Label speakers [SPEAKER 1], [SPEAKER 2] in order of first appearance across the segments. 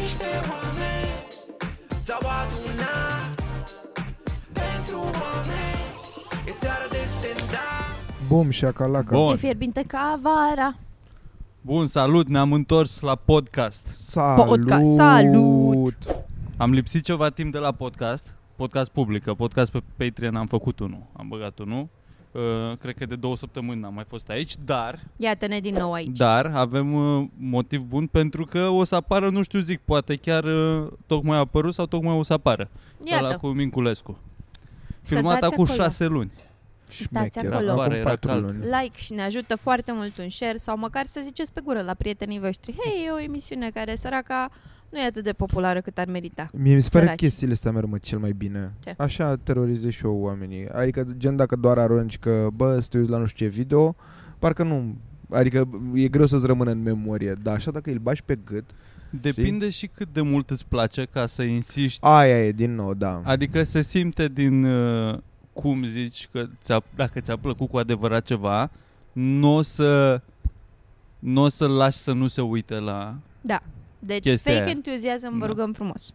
[SPEAKER 1] niște oameni S-au adunat Pentru oameni E seara de stand-up
[SPEAKER 2] Bum, șacalaca.
[SPEAKER 3] Bun.
[SPEAKER 4] E fierbinte ca vara.
[SPEAKER 3] Bun, salut, ne-am întors la podcast.
[SPEAKER 2] Salut!
[SPEAKER 4] Podcast, salut!
[SPEAKER 3] Am lipsit ceva timp de la podcast, podcast public, că podcast pe Patreon am făcut unul, am băgat unul. Uh, cred că de două săptămâni n-am mai fost aici, dar,
[SPEAKER 4] Iată-ne din nou aici.
[SPEAKER 3] dar avem uh, motiv bun pentru că o să apară, nu știu zic, poate chiar uh, tocmai a apărut sau tocmai o să apară. Ăla
[SPEAKER 4] Iată,
[SPEAKER 3] cu Minculescu.
[SPEAKER 4] Să
[SPEAKER 3] Filmat
[SPEAKER 4] dați
[SPEAKER 3] acum
[SPEAKER 4] acolo.
[SPEAKER 3] șase luni.
[SPEAKER 4] Uitați
[SPEAKER 2] Șmecher,
[SPEAKER 4] acolo.
[SPEAKER 3] Afară
[SPEAKER 2] Acum
[SPEAKER 3] era
[SPEAKER 2] patru
[SPEAKER 3] cald.
[SPEAKER 2] luni.
[SPEAKER 4] like și ne ajută foarte mult un share sau măcar să ziceți pe gură la prietenii voștri. Hei, e o emisiune care săraca nu e atât de populară cât ar merita.
[SPEAKER 2] Mie mi se pare
[SPEAKER 4] Săraci.
[SPEAKER 2] chestiile astea merg mă cel mai bine.
[SPEAKER 4] Ce?
[SPEAKER 2] Așa terorizez și eu oamenii. Adică gen dacă doar arunci că bă, să te uiți la nu știu ce video, parcă nu Adică e greu să-ți rămână în memorie Dar așa dacă îl bași pe gât
[SPEAKER 3] Depinde și cât de mult îți place ca să insiști.
[SPEAKER 2] Aia e din nou, da
[SPEAKER 3] Adică se simte din uh, cum zici că ți-a, dacă ți-a plăcut cu adevărat ceva, nu o să nu o să lași să nu se uite la...
[SPEAKER 4] Deci
[SPEAKER 3] Chestia
[SPEAKER 4] fake
[SPEAKER 3] aia.
[SPEAKER 4] enthusiasm, vă
[SPEAKER 3] Da.
[SPEAKER 4] rugăm frumos.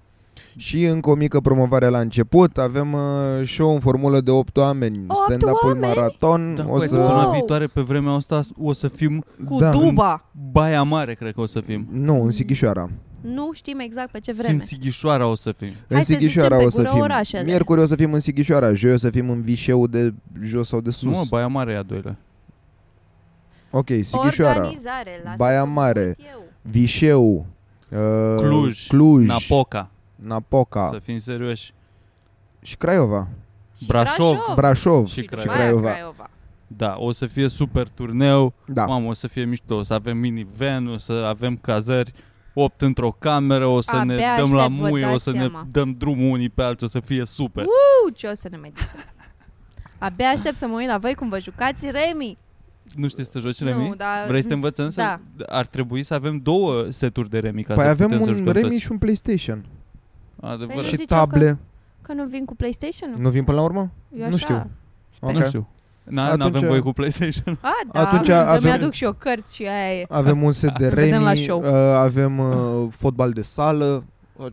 [SPEAKER 2] Și încă o mică promovare la început Avem uh, show în formulă de 8 oameni
[SPEAKER 4] Opt
[SPEAKER 2] Stand-up-ul
[SPEAKER 4] oameni?
[SPEAKER 2] maraton
[SPEAKER 3] Da,
[SPEAKER 2] o
[SPEAKER 3] o
[SPEAKER 2] să...
[SPEAKER 3] săptămâna
[SPEAKER 4] Wow!
[SPEAKER 3] viitoare pe vremea asta o să fim
[SPEAKER 4] Cu
[SPEAKER 2] da,
[SPEAKER 4] duba!
[SPEAKER 3] Baia Mare, cred că o să fim.
[SPEAKER 2] Nu, în Sighișoara
[SPEAKER 4] Nu știm exact pe ce vreme.
[SPEAKER 3] Sunt Sighișoara o să fim.
[SPEAKER 2] În
[SPEAKER 4] Hai să
[SPEAKER 2] Sighișoara
[SPEAKER 4] zicem
[SPEAKER 2] o
[SPEAKER 4] pe
[SPEAKER 2] să
[SPEAKER 4] gură
[SPEAKER 2] fim.
[SPEAKER 4] orașele.
[SPEAKER 2] Miercuri o să fim în Sighișoara, joi o să fim în Vișeu de jos sau de sus.
[SPEAKER 3] Nu, mă, Baia Mare e a doilea.
[SPEAKER 2] ok, Sighișoara,
[SPEAKER 4] Organizare, lasă
[SPEAKER 2] Baia
[SPEAKER 4] că mă
[SPEAKER 2] Mare.
[SPEAKER 4] uit eu.
[SPEAKER 2] Vișeu, uh,
[SPEAKER 3] Cluj,
[SPEAKER 2] Cluj
[SPEAKER 3] Napoca,
[SPEAKER 2] Napoca
[SPEAKER 3] să fim serioși.
[SPEAKER 2] și Craiova,
[SPEAKER 4] Și
[SPEAKER 3] Brașov.
[SPEAKER 4] Oh.
[SPEAKER 2] Brașov.
[SPEAKER 3] Și
[SPEAKER 4] după
[SPEAKER 3] Craiova.
[SPEAKER 4] aia
[SPEAKER 2] Craiova.
[SPEAKER 4] Craiova.
[SPEAKER 3] Da, o să fie super turneu.
[SPEAKER 2] Da.
[SPEAKER 3] Mamă, o să fie mișto, o să avem minivan, o să avem cazări, opt într-o cameră, o să
[SPEAKER 4] Abia
[SPEAKER 3] ne dăm la
[SPEAKER 4] aștept, vă
[SPEAKER 3] muie,
[SPEAKER 4] dați
[SPEAKER 3] o să
[SPEAKER 4] seama.
[SPEAKER 3] ne dăm drumul unii pe alții, o să fie super.
[SPEAKER 4] Uu, ce o să ne mai distrăm. Abia aștept să mă uit la voi cum vă jucați Remi.
[SPEAKER 3] Nu știi să te joci
[SPEAKER 4] nu,
[SPEAKER 3] remi?
[SPEAKER 4] dar
[SPEAKER 3] Vrei să te învățăm? să-
[SPEAKER 4] Da.
[SPEAKER 3] Ar trebui să avem două seturi de remi ca
[SPEAKER 2] Păi
[SPEAKER 3] să
[SPEAKER 2] avem
[SPEAKER 3] putem să
[SPEAKER 2] un
[SPEAKER 3] jucăm
[SPEAKER 2] Remi
[SPEAKER 3] toți.
[SPEAKER 2] și un PlayStation
[SPEAKER 4] Păi nu
[SPEAKER 3] Adevărat.
[SPEAKER 2] și
[SPEAKER 4] ziceau
[SPEAKER 2] table.
[SPEAKER 4] Că nu vin cu PlayStation?
[SPEAKER 2] Nu vin până la urmă?
[SPEAKER 4] Eu
[SPEAKER 2] nu
[SPEAKER 4] așa.
[SPEAKER 2] știu.
[SPEAKER 4] Sper.
[SPEAKER 2] Ok.
[SPEAKER 3] Nu știu. Na,
[SPEAKER 2] Atunci-
[SPEAKER 3] N-avem voie cu PlayStation.
[SPEAKER 4] A, da,
[SPEAKER 2] Atunci
[SPEAKER 4] Atunci să
[SPEAKER 2] avem-
[SPEAKER 4] mi-aduc și eu cărți și aia e.
[SPEAKER 2] Avem un set de
[SPEAKER 4] Ne vedem la
[SPEAKER 2] Remi,
[SPEAKER 4] show.
[SPEAKER 2] uh, avem uh, fotbal de sală,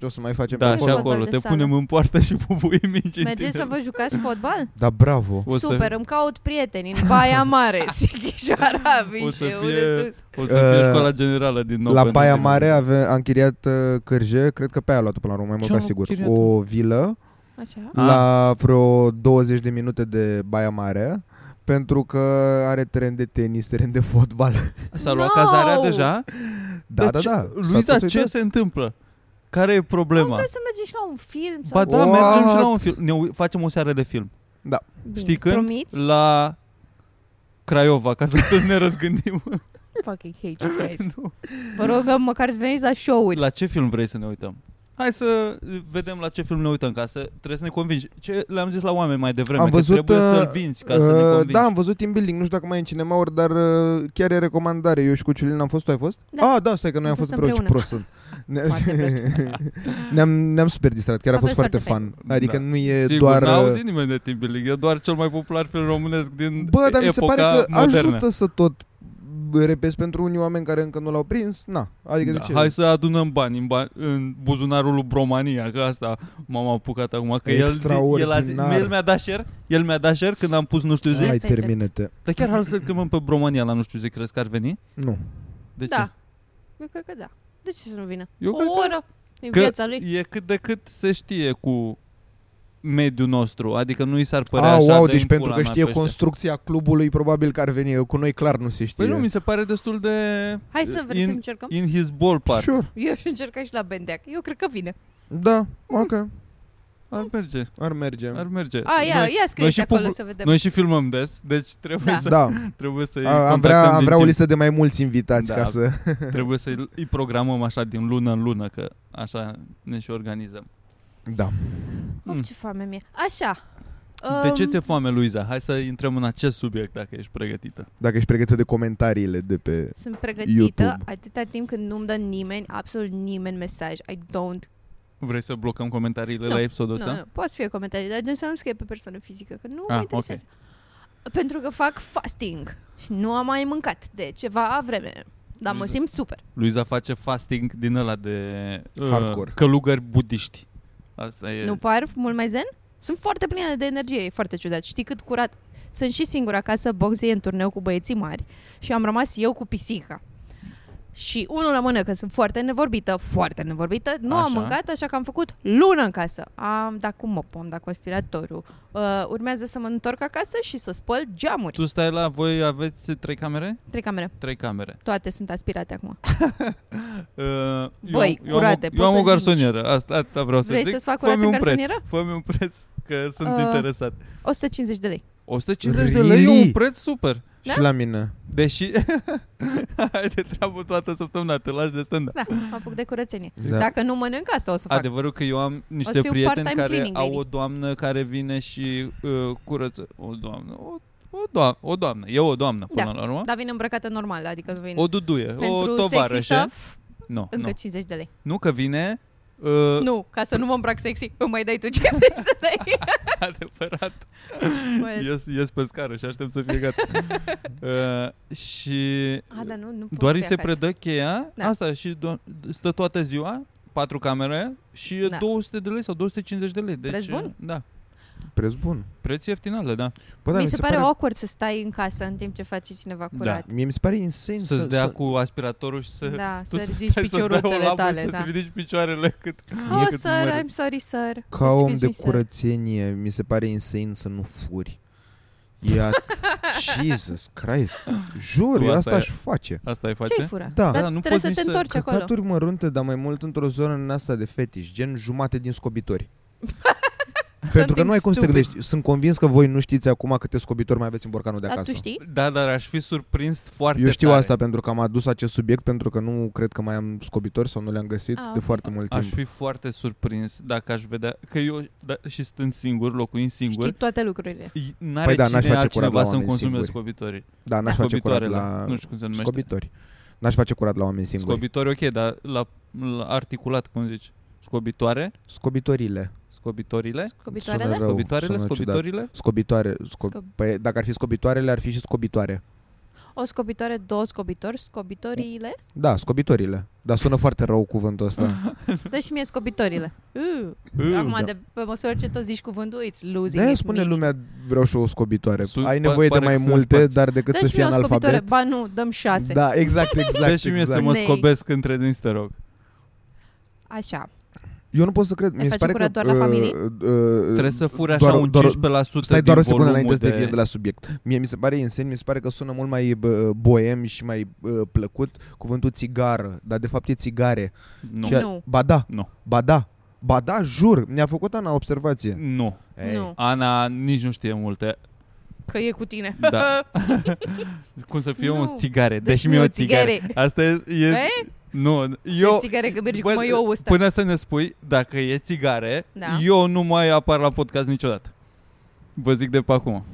[SPEAKER 2] o să mai facem
[SPEAKER 3] Da,
[SPEAKER 2] pe
[SPEAKER 3] și
[SPEAKER 2] acolo.
[SPEAKER 4] fotbal
[SPEAKER 3] acolo.
[SPEAKER 4] de
[SPEAKER 3] Te
[SPEAKER 4] sală.
[SPEAKER 3] punem în poartă și pupui mici în
[SPEAKER 4] Mergeți
[SPEAKER 3] tine.
[SPEAKER 4] să vă jucați fotbal?
[SPEAKER 2] Da, bravo.
[SPEAKER 3] O să-
[SPEAKER 4] Super, îmi caut prieteni în Baia Mare, Sighișoara, Vișeu,
[SPEAKER 3] fie-
[SPEAKER 4] de sus.
[SPEAKER 3] O să fie
[SPEAKER 2] Uh,
[SPEAKER 3] școala generală din nou.
[SPEAKER 2] la
[SPEAKER 3] pentru
[SPEAKER 2] Baia
[SPEAKER 3] tine.
[SPEAKER 2] Mare ave, a închiriat uh, Cârje, cred că pe aia a luat-o până la urmă, mai
[SPEAKER 3] Ce
[SPEAKER 2] mult ca
[SPEAKER 3] am
[SPEAKER 2] sigur.
[SPEAKER 3] închiriat?
[SPEAKER 2] O vilă
[SPEAKER 4] Așa.
[SPEAKER 3] A.
[SPEAKER 2] la vreo 20 de minute de Baia Mare pentru că are teren de tenis, teren de fotbal.
[SPEAKER 3] S-a luat
[SPEAKER 4] No!
[SPEAKER 3] cazarea deja?
[SPEAKER 2] Da,
[SPEAKER 3] Deci,
[SPEAKER 2] da, da. S-a
[SPEAKER 3] Luiza, ce
[SPEAKER 2] sfârșit.
[SPEAKER 3] se întâmplă? Care e
[SPEAKER 4] Nu
[SPEAKER 3] problema?
[SPEAKER 4] vreți să mergeți și la un film?
[SPEAKER 3] Ba
[SPEAKER 4] Sau
[SPEAKER 3] da,
[SPEAKER 2] What?
[SPEAKER 3] mergem și la un film. Ne u- facem o seară de film.
[SPEAKER 4] Bine,
[SPEAKER 3] știi când?
[SPEAKER 4] Promiți?
[SPEAKER 3] La Craiova, ca să toți ne răzgândim.
[SPEAKER 4] Fucking hate you guys.
[SPEAKER 3] Nu.
[SPEAKER 4] Vă rugăm măcar să veniți la show-uri.
[SPEAKER 3] la ce film vrei să ne uităm? Hai să vedem la ce film ne uităm, ca să trebuie să ne convingi. Ce le-am zis la oameni mai devreme,
[SPEAKER 2] Am
[SPEAKER 3] că
[SPEAKER 2] văzut,
[SPEAKER 3] trebuie
[SPEAKER 2] uh,
[SPEAKER 3] să-l vinzi ca să ne
[SPEAKER 2] Uh,
[SPEAKER 3] convingi.
[SPEAKER 2] Da, am văzut Team Building, nu știu dacă mai e în cinemauri, dar uh, chiar e recomandare. Eu și cu Ciulin am fost, tu ai fost?
[SPEAKER 4] Da.
[SPEAKER 2] Ah, da, stai că noi
[SPEAKER 4] Am
[SPEAKER 2] am fost
[SPEAKER 4] fost
[SPEAKER 2] împreună, ce prost sunt. Ne-
[SPEAKER 4] Foarte prost.
[SPEAKER 2] ne-am, ne-am super distrat, chiar a
[SPEAKER 4] A
[SPEAKER 2] fost
[SPEAKER 4] fost
[SPEAKER 2] foarte
[SPEAKER 4] foarte
[SPEAKER 2] fan. Adică
[SPEAKER 3] Da.
[SPEAKER 2] nu e
[SPEAKER 3] Sigur,
[SPEAKER 2] doar...
[SPEAKER 3] n-a
[SPEAKER 2] uh,
[SPEAKER 3] auzit nimeni de Team Building, e doar cel mai popular film românesc din
[SPEAKER 2] Bă, dar mi se
[SPEAKER 3] epoca
[SPEAKER 2] pare că
[SPEAKER 3] modernă.
[SPEAKER 2] ajută să tot repezi pentru unii oameni care încă nu l-au prins. Na, adică de
[SPEAKER 3] da,
[SPEAKER 2] ce?
[SPEAKER 3] hai să adunăm bani în, ba- în buzunarul lui Bromania, că asta m-am apucat acum. Că el, zi- el, a zi,
[SPEAKER 2] Extraordinar. Da.
[SPEAKER 3] el mi-a dat share, el mi-a dat share când am pus nu știu zi.
[SPEAKER 2] Hai,
[SPEAKER 4] Asta e drept.
[SPEAKER 2] termină-te.
[SPEAKER 3] Dar chiar hai să-l chemăm pe Bromania la nu știu zi, crezi că ar veni?
[SPEAKER 2] Nu.
[SPEAKER 3] De ce?
[SPEAKER 4] Da. Eu cred că da. De ce să nu vină?
[SPEAKER 3] Eu
[SPEAKER 4] o
[SPEAKER 3] cred că-
[SPEAKER 4] oră din
[SPEAKER 3] Că
[SPEAKER 4] viața lui.
[SPEAKER 3] e cât de cât se știe cu mediul nostru, adică nu i s-ar părea
[SPEAKER 2] Ah,
[SPEAKER 3] așa
[SPEAKER 2] wow,
[SPEAKER 3] de
[SPEAKER 2] deci
[SPEAKER 3] în
[SPEAKER 2] pentru
[SPEAKER 3] pula
[SPEAKER 2] că
[SPEAKER 3] mea
[SPEAKER 2] știe
[SPEAKER 3] pe ăștia.
[SPEAKER 2] construcția clubului, probabil că ar veni. Cu noi clar nu se știe.
[SPEAKER 3] Păi nu, mi se pare destul de...
[SPEAKER 4] Hai să vrem să
[SPEAKER 3] in,
[SPEAKER 4] încercăm.
[SPEAKER 3] in his ballpark. Sure.
[SPEAKER 2] Sure.
[SPEAKER 4] Eu aș încerca și la Bendeac. Eu cred că vine.
[SPEAKER 2] Da, ok.
[SPEAKER 3] Ar merge,
[SPEAKER 2] Ar merge.
[SPEAKER 3] ar merge.
[SPEAKER 4] A, ia, ia
[SPEAKER 3] noi
[SPEAKER 4] scrieți
[SPEAKER 3] și
[SPEAKER 4] acolo
[SPEAKER 3] public-
[SPEAKER 4] să vedem.
[SPEAKER 3] Noi și filmăm des, deci trebuie
[SPEAKER 4] Da.
[SPEAKER 3] să
[SPEAKER 2] Da,
[SPEAKER 3] trebuie să
[SPEAKER 2] a- am vrea, am vrea o listă de mai mulți invitați
[SPEAKER 3] Da.
[SPEAKER 2] ca să...
[SPEAKER 3] Trebuie să îi programăm așa din lună în lună, că așa ne și organizăm.
[SPEAKER 2] Da.
[SPEAKER 4] Of, ce foame mie. Așa.
[SPEAKER 3] Hmm. De
[SPEAKER 4] Um,
[SPEAKER 3] ce ți-e foame, Luiza? Hai să intrăm în acest subiect dacă ești pregătită.
[SPEAKER 2] Dacă ești pregătită de comentariile de pe...
[SPEAKER 4] Sunt pregătită
[SPEAKER 2] YouTube.
[SPEAKER 4] atâta timp când nu-mi dă nimeni, absolut nimeni mesaj. I don't.
[SPEAKER 3] Vrei să blocăm comentariile
[SPEAKER 4] Nu,
[SPEAKER 3] la episodul
[SPEAKER 4] Nu,
[SPEAKER 3] ăsta?
[SPEAKER 4] nu, poate să fie comentarii, dar gen să nu scrie pe persoană fizică, că nu
[SPEAKER 3] da? Ah,
[SPEAKER 4] mă interesează. Pentru că fac fasting și nu am mai mâncat de ceva vreme. Dar mă simt super.
[SPEAKER 3] Luiza face fasting din ăla de uh,
[SPEAKER 2] Hardcore.
[SPEAKER 3] călugări budiști. Asta e.
[SPEAKER 4] Nu par mult mai zen? Sunt foarte plină de energie, e foarte ciudat. Știi cât curat? Sunt și singura acasă, Boxe e în turneu cu băieții mari și am rămas eu cu pisica. Și unul la mână, că sunt foarte nevorbită, foarte nevorbită, nu
[SPEAKER 3] Așa.
[SPEAKER 4] am mâncat, așa că am făcut lună în casă. Am dat cu mopul, am dat cu aspiratorul. Uh, urmează să mă întorc acasă și să spăl geamuri.
[SPEAKER 3] Tu stai la voi aveți trei camere?
[SPEAKER 4] Trei camere,
[SPEAKER 3] Trei camere.
[SPEAKER 4] toate sunt aspirate acum.
[SPEAKER 3] Uh, eu
[SPEAKER 4] Băi,
[SPEAKER 3] am-
[SPEAKER 4] curate,
[SPEAKER 3] Eu am,
[SPEAKER 4] poți
[SPEAKER 3] eu am o
[SPEAKER 4] să-mi
[SPEAKER 3] garsonieră, asta, asta vreau să
[SPEAKER 4] Vrei
[SPEAKER 3] zic.
[SPEAKER 4] să-ți fac
[SPEAKER 3] Fă-mi
[SPEAKER 4] curate
[SPEAKER 3] un preț,
[SPEAKER 4] garsonieră?
[SPEAKER 3] fă-mi un preț, că sunt
[SPEAKER 4] Uh,
[SPEAKER 3] interesat.
[SPEAKER 4] 150 de lei.
[SPEAKER 3] 150 de lei e
[SPEAKER 2] Really?
[SPEAKER 3] un preț super.
[SPEAKER 4] Da?
[SPEAKER 2] Și la mine.
[SPEAKER 3] Deși ai de treabă toată săptămâna, te lași de stand
[SPEAKER 4] Da, mă apuc de curățenie.
[SPEAKER 2] Da.
[SPEAKER 4] Dacă nu mănânc asta, o să fac.
[SPEAKER 3] Adevărul că eu am niște
[SPEAKER 4] să fiu
[SPEAKER 3] prieteni
[SPEAKER 4] part-time
[SPEAKER 3] care
[SPEAKER 4] cleaning
[SPEAKER 3] au
[SPEAKER 4] lady.
[SPEAKER 3] o doamnă care vine și uh, curăță. O doamnă, o, o, doamnă, o doamnă, e o doamnă până
[SPEAKER 4] Da.
[SPEAKER 3] la urmă.
[SPEAKER 4] Dar vin îmbrăcată normal, adică nu vin...
[SPEAKER 3] O duduie,
[SPEAKER 4] pentru
[SPEAKER 3] o
[SPEAKER 4] sexy
[SPEAKER 3] tovarășă.
[SPEAKER 4] stuff,
[SPEAKER 3] Nu,
[SPEAKER 4] încă
[SPEAKER 3] nu.
[SPEAKER 4] 50 de lei.
[SPEAKER 3] nu că vine uh,
[SPEAKER 4] Nu, ca să nu mă îmbrac sexy, îmi mai dai tu 50 de lei.
[SPEAKER 3] adevărat.
[SPEAKER 4] Mai ales-
[SPEAKER 3] Ies, ies pe scară și aștept să fie gata. uh, și
[SPEAKER 4] A, dar nu, nu pot
[SPEAKER 3] Doar
[SPEAKER 4] să
[SPEAKER 3] îi se
[SPEAKER 4] fie acasă.
[SPEAKER 3] predă cheia,
[SPEAKER 4] Da.
[SPEAKER 3] asta și do- stă toată ziua, patru camere și e
[SPEAKER 4] Da.
[SPEAKER 3] 200 de lei sau 250 de lei. Deci,
[SPEAKER 4] Preț bun?
[SPEAKER 3] Da.
[SPEAKER 2] Preț bun.
[SPEAKER 3] Preț ieftin ăla, da.
[SPEAKER 2] Bă, da,
[SPEAKER 4] mi se pare awkward să stai în casă în timp ce face cineva curat.
[SPEAKER 2] Mie mi se pare insane
[SPEAKER 3] Să-ți dea cu aspiratorul și să...
[SPEAKER 4] Da,
[SPEAKER 3] Tu
[SPEAKER 4] să
[SPEAKER 3] să
[SPEAKER 4] ridici
[SPEAKER 3] stai să-ți dai o
[SPEAKER 4] picioruțele
[SPEAKER 3] labă
[SPEAKER 4] tale,
[SPEAKER 3] și
[SPEAKER 4] da.
[SPEAKER 3] să-ți ridici picioarele cât...
[SPEAKER 4] Oh,
[SPEAKER 3] cât
[SPEAKER 4] sir,
[SPEAKER 3] mori.
[SPEAKER 4] I'm sorry, sir.
[SPEAKER 2] Ca om
[SPEAKER 4] Excuse
[SPEAKER 2] de
[SPEAKER 4] me, sir.
[SPEAKER 2] curățenie, mi se pare insane să nu furi. Ia, Jesus Christ. Jur,
[SPEAKER 3] Tu
[SPEAKER 2] eu
[SPEAKER 3] asta
[SPEAKER 2] asta
[SPEAKER 3] e.
[SPEAKER 2] aș face.
[SPEAKER 3] Asta îi
[SPEAKER 4] Ce-ai
[SPEAKER 3] face?
[SPEAKER 4] fura?
[SPEAKER 2] Da.
[SPEAKER 4] Dar
[SPEAKER 3] Da, nu poți
[SPEAKER 4] trebuie
[SPEAKER 3] nici
[SPEAKER 4] să te
[SPEAKER 3] să-
[SPEAKER 4] întorci acolo.
[SPEAKER 2] Căcaturi mărunte, dar mai mult într-o zonă în asta de fetiș, gen jumate din scobitori. Pentru că nu ai cum să te
[SPEAKER 4] Something
[SPEAKER 2] gândești. Sunt convins că voi nu știți acum câte scobitori mai aveți în borcanul de
[SPEAKER 4] Dar
[SPEAKER 2] acasă.
[SPEAKER 4] tu știi?
[SPEAKER 3] Da, dar aș fi surprins foarte
[SPEAKER 2] Eu știu
[SPEAKER 3] tare.
[SPEAKER 2] asta pentru că am adus acest subiect pentru că nu cred că mai am scobitori sau nu le-am găsit
[SPEAKER 4] Ah,
[SPEAKER 2] de
[SPEAKER 4] ok.
[SPEAKER 2] foarte mult timp.
[SPEAKER 3] Aș fi foarte surprins dacă aș vedea... Că eu, da, și stând singur, locuind
[SPEAKER 4] Știi
[SPEAKER 3] singur,
[SPEAKER 4] toate lucrurile.
[SPEAKER 3] i- n-are
[SPEAKER 2] Păi da, n-aș
[SPEAKER 3] cine
[SPEAKER 2] face curat la
[SPEAKER 3] altcineva să-mi
[SPEAKER 2] oameni
[SPEAKER 3] consume
[SPEAKER 2] singuri.
[SPEAKER 3] scobitorii.
[SPEAKER 2] Da, n-aș face curat
[SPEAKER 3] Scobitoarele.
[SPEAKER 2] la
[SPEAKER 3] Nu știu cum se numește.
[SPEAKER 2] scobitori. N-aș face curat la oameni singuri.
[SPEAKER 3] Scobitori, ok, dar la, la articulat, cum zici? Scobitoare?
[SPEAKER 2] Scobitorile.
[SPEAKER 3] Scobitorile?
[SPEAKER 4] Scobitoarele?
[SPEAKER 2] Sună rău.
[SPEAKER 3] Scobitoarele?
[SPEAKER 2] sună ciudat.
[SPEAKER 3] Scobitorile?
[SPEAKER 2] Scobitoare. Sco-
[SPEAKER 4] Scob-
[SPEAKER 2] Păi, dacă ar fi scobitoarele, ar fi și scobitoare.
[SPEAKER 4] O scobitoare, două scobitori, scobitoriile.
[SPEAKER 2] Da, scobitorile. Dar sună foarte rău cuvântul ăsta.
[SPEAKER 4] Dă și mie scobitorile. Uh. Acum,
[SPEAKER 2] da.
[SPEAKER 4] de, pe măsură ce tot zici cuvântul, it's losing
[SPEAKER 2] de
[SPEAKER 4] its
[SPEAKER 2] spune
[SPEAKER 4] meaning.
[SPEAKER 2] lumea, vreau și o scobitoare.
[SPEAKER 3] Sunt-
[SPEAKER 2] Ai
[SPEAKER 3] pa-
[SPEAKER 2] nevoie de
[SPEAKER 3] pare
[SPEAKER 2] mai
[SPEAKER 3] că sunt
[SPEAKER 2] multe,
[SPEAKER 3] spați.
[SPEAKER 2] dar decât
[SPEAKER 4] Dă
[SPEAKER 2] să
[SPEAKER 4] și
[SPEAKER 2] fii
[SPEAKER 4] mie Deci o scobitoare.
[SPEAKER 2] analfabet.
[SPEAKER 4] Ba nu, dăm șase.
[SPEAKER 2] Da, exact, exact.
[SPEAKER 3] Dă și mie
[SPEAKER 2] exact.
[SPEAKER 3] să mă
[SPEAKER 4] Nei.
[SPEAKER 3] scobesc între dinți, te rog.
[SPEAKER 4] Așa.
[SPEAKER 2] Eu nu pot să cred.
[SPEAKER 4] Ne
[SPEAKER 2] Mi se pare
[SPEAKER 4] facem
[SPEAKER 2] că...
[SPEAKER 4] curat doar la
[SPEAKER 2] uh,
[SPEAKER 4] familie?
[SPEAKER 2] uh,
[SPEAKER 3] Trebuie să furi așa
[SPEAKER 2] doar-
[SPEAKER 3] un
[SPEAKER 2] doar-
[SPEAKER 3] 15%
[SPEAKER 2] Stai
[SPEAKER 3] din
[SPEAKER 2] doar o secundă înainte
[SPEAKER 3] volumul
[SPEAKER 2] să deviem
[SPEAKER 3] de
[SPEAKER 2] de la subiect. Mie mi se pare insane, mi se pare că sună mult mai bă, boem și mai bă, plăcut cuvântul țigară, dar de fapt e țigare.
[SPEAKER 3] Nu.
[SPEAKER 2] Și a-
[SPEAKER 4] Nu.
[SPEAKER 2] Ba da,
[SPEAKER 3] Nu.
[SPEAKER 2] ba da, ba da, jur, mi-a făcut Ana observație.
[SPEAKER 3] Nu.
[SPEAKER 2] Ei,
[SPEAKER 4] Nu,
[SPEAKER 3] Ana nici nu știe multe.
[SPEAKER 4] că e cu tine.
[SPEAKER 3] Da. Cum să fie
[SPEAKER 4] Nu.
[SPEAKER 3] o țigare.
[SPEAKER 4] Dă
[SPEAKER 3] Deci
[SPEAKER 4] și
[SPEAKER 3] mi
[SPEAKER 4] mie
[SPEAKER 3] o
[SPEAKER 4] o
[SPEAKER 3] țigare.
[SPEAKER 4] țigare.
[SPEAKER 3] Asta e... e
[SPEAKER 4] Eh?
[SPEAKER 3] nu.
[SPEAKER 4] Eu,
[SPEAKER 3] Eu...
[SPEAKER 4] țigare că mergi
[SPEAKER 3] bă,
[SPEAKER 4] cu măiou ăsta.
[SPEAKER 3] Până să ne spui dacă e țigare,
[SPEAKER 4] Da.
[SPEAKER 3] eu nu mai apar la podcast niciodată. Vă zic de pe acum.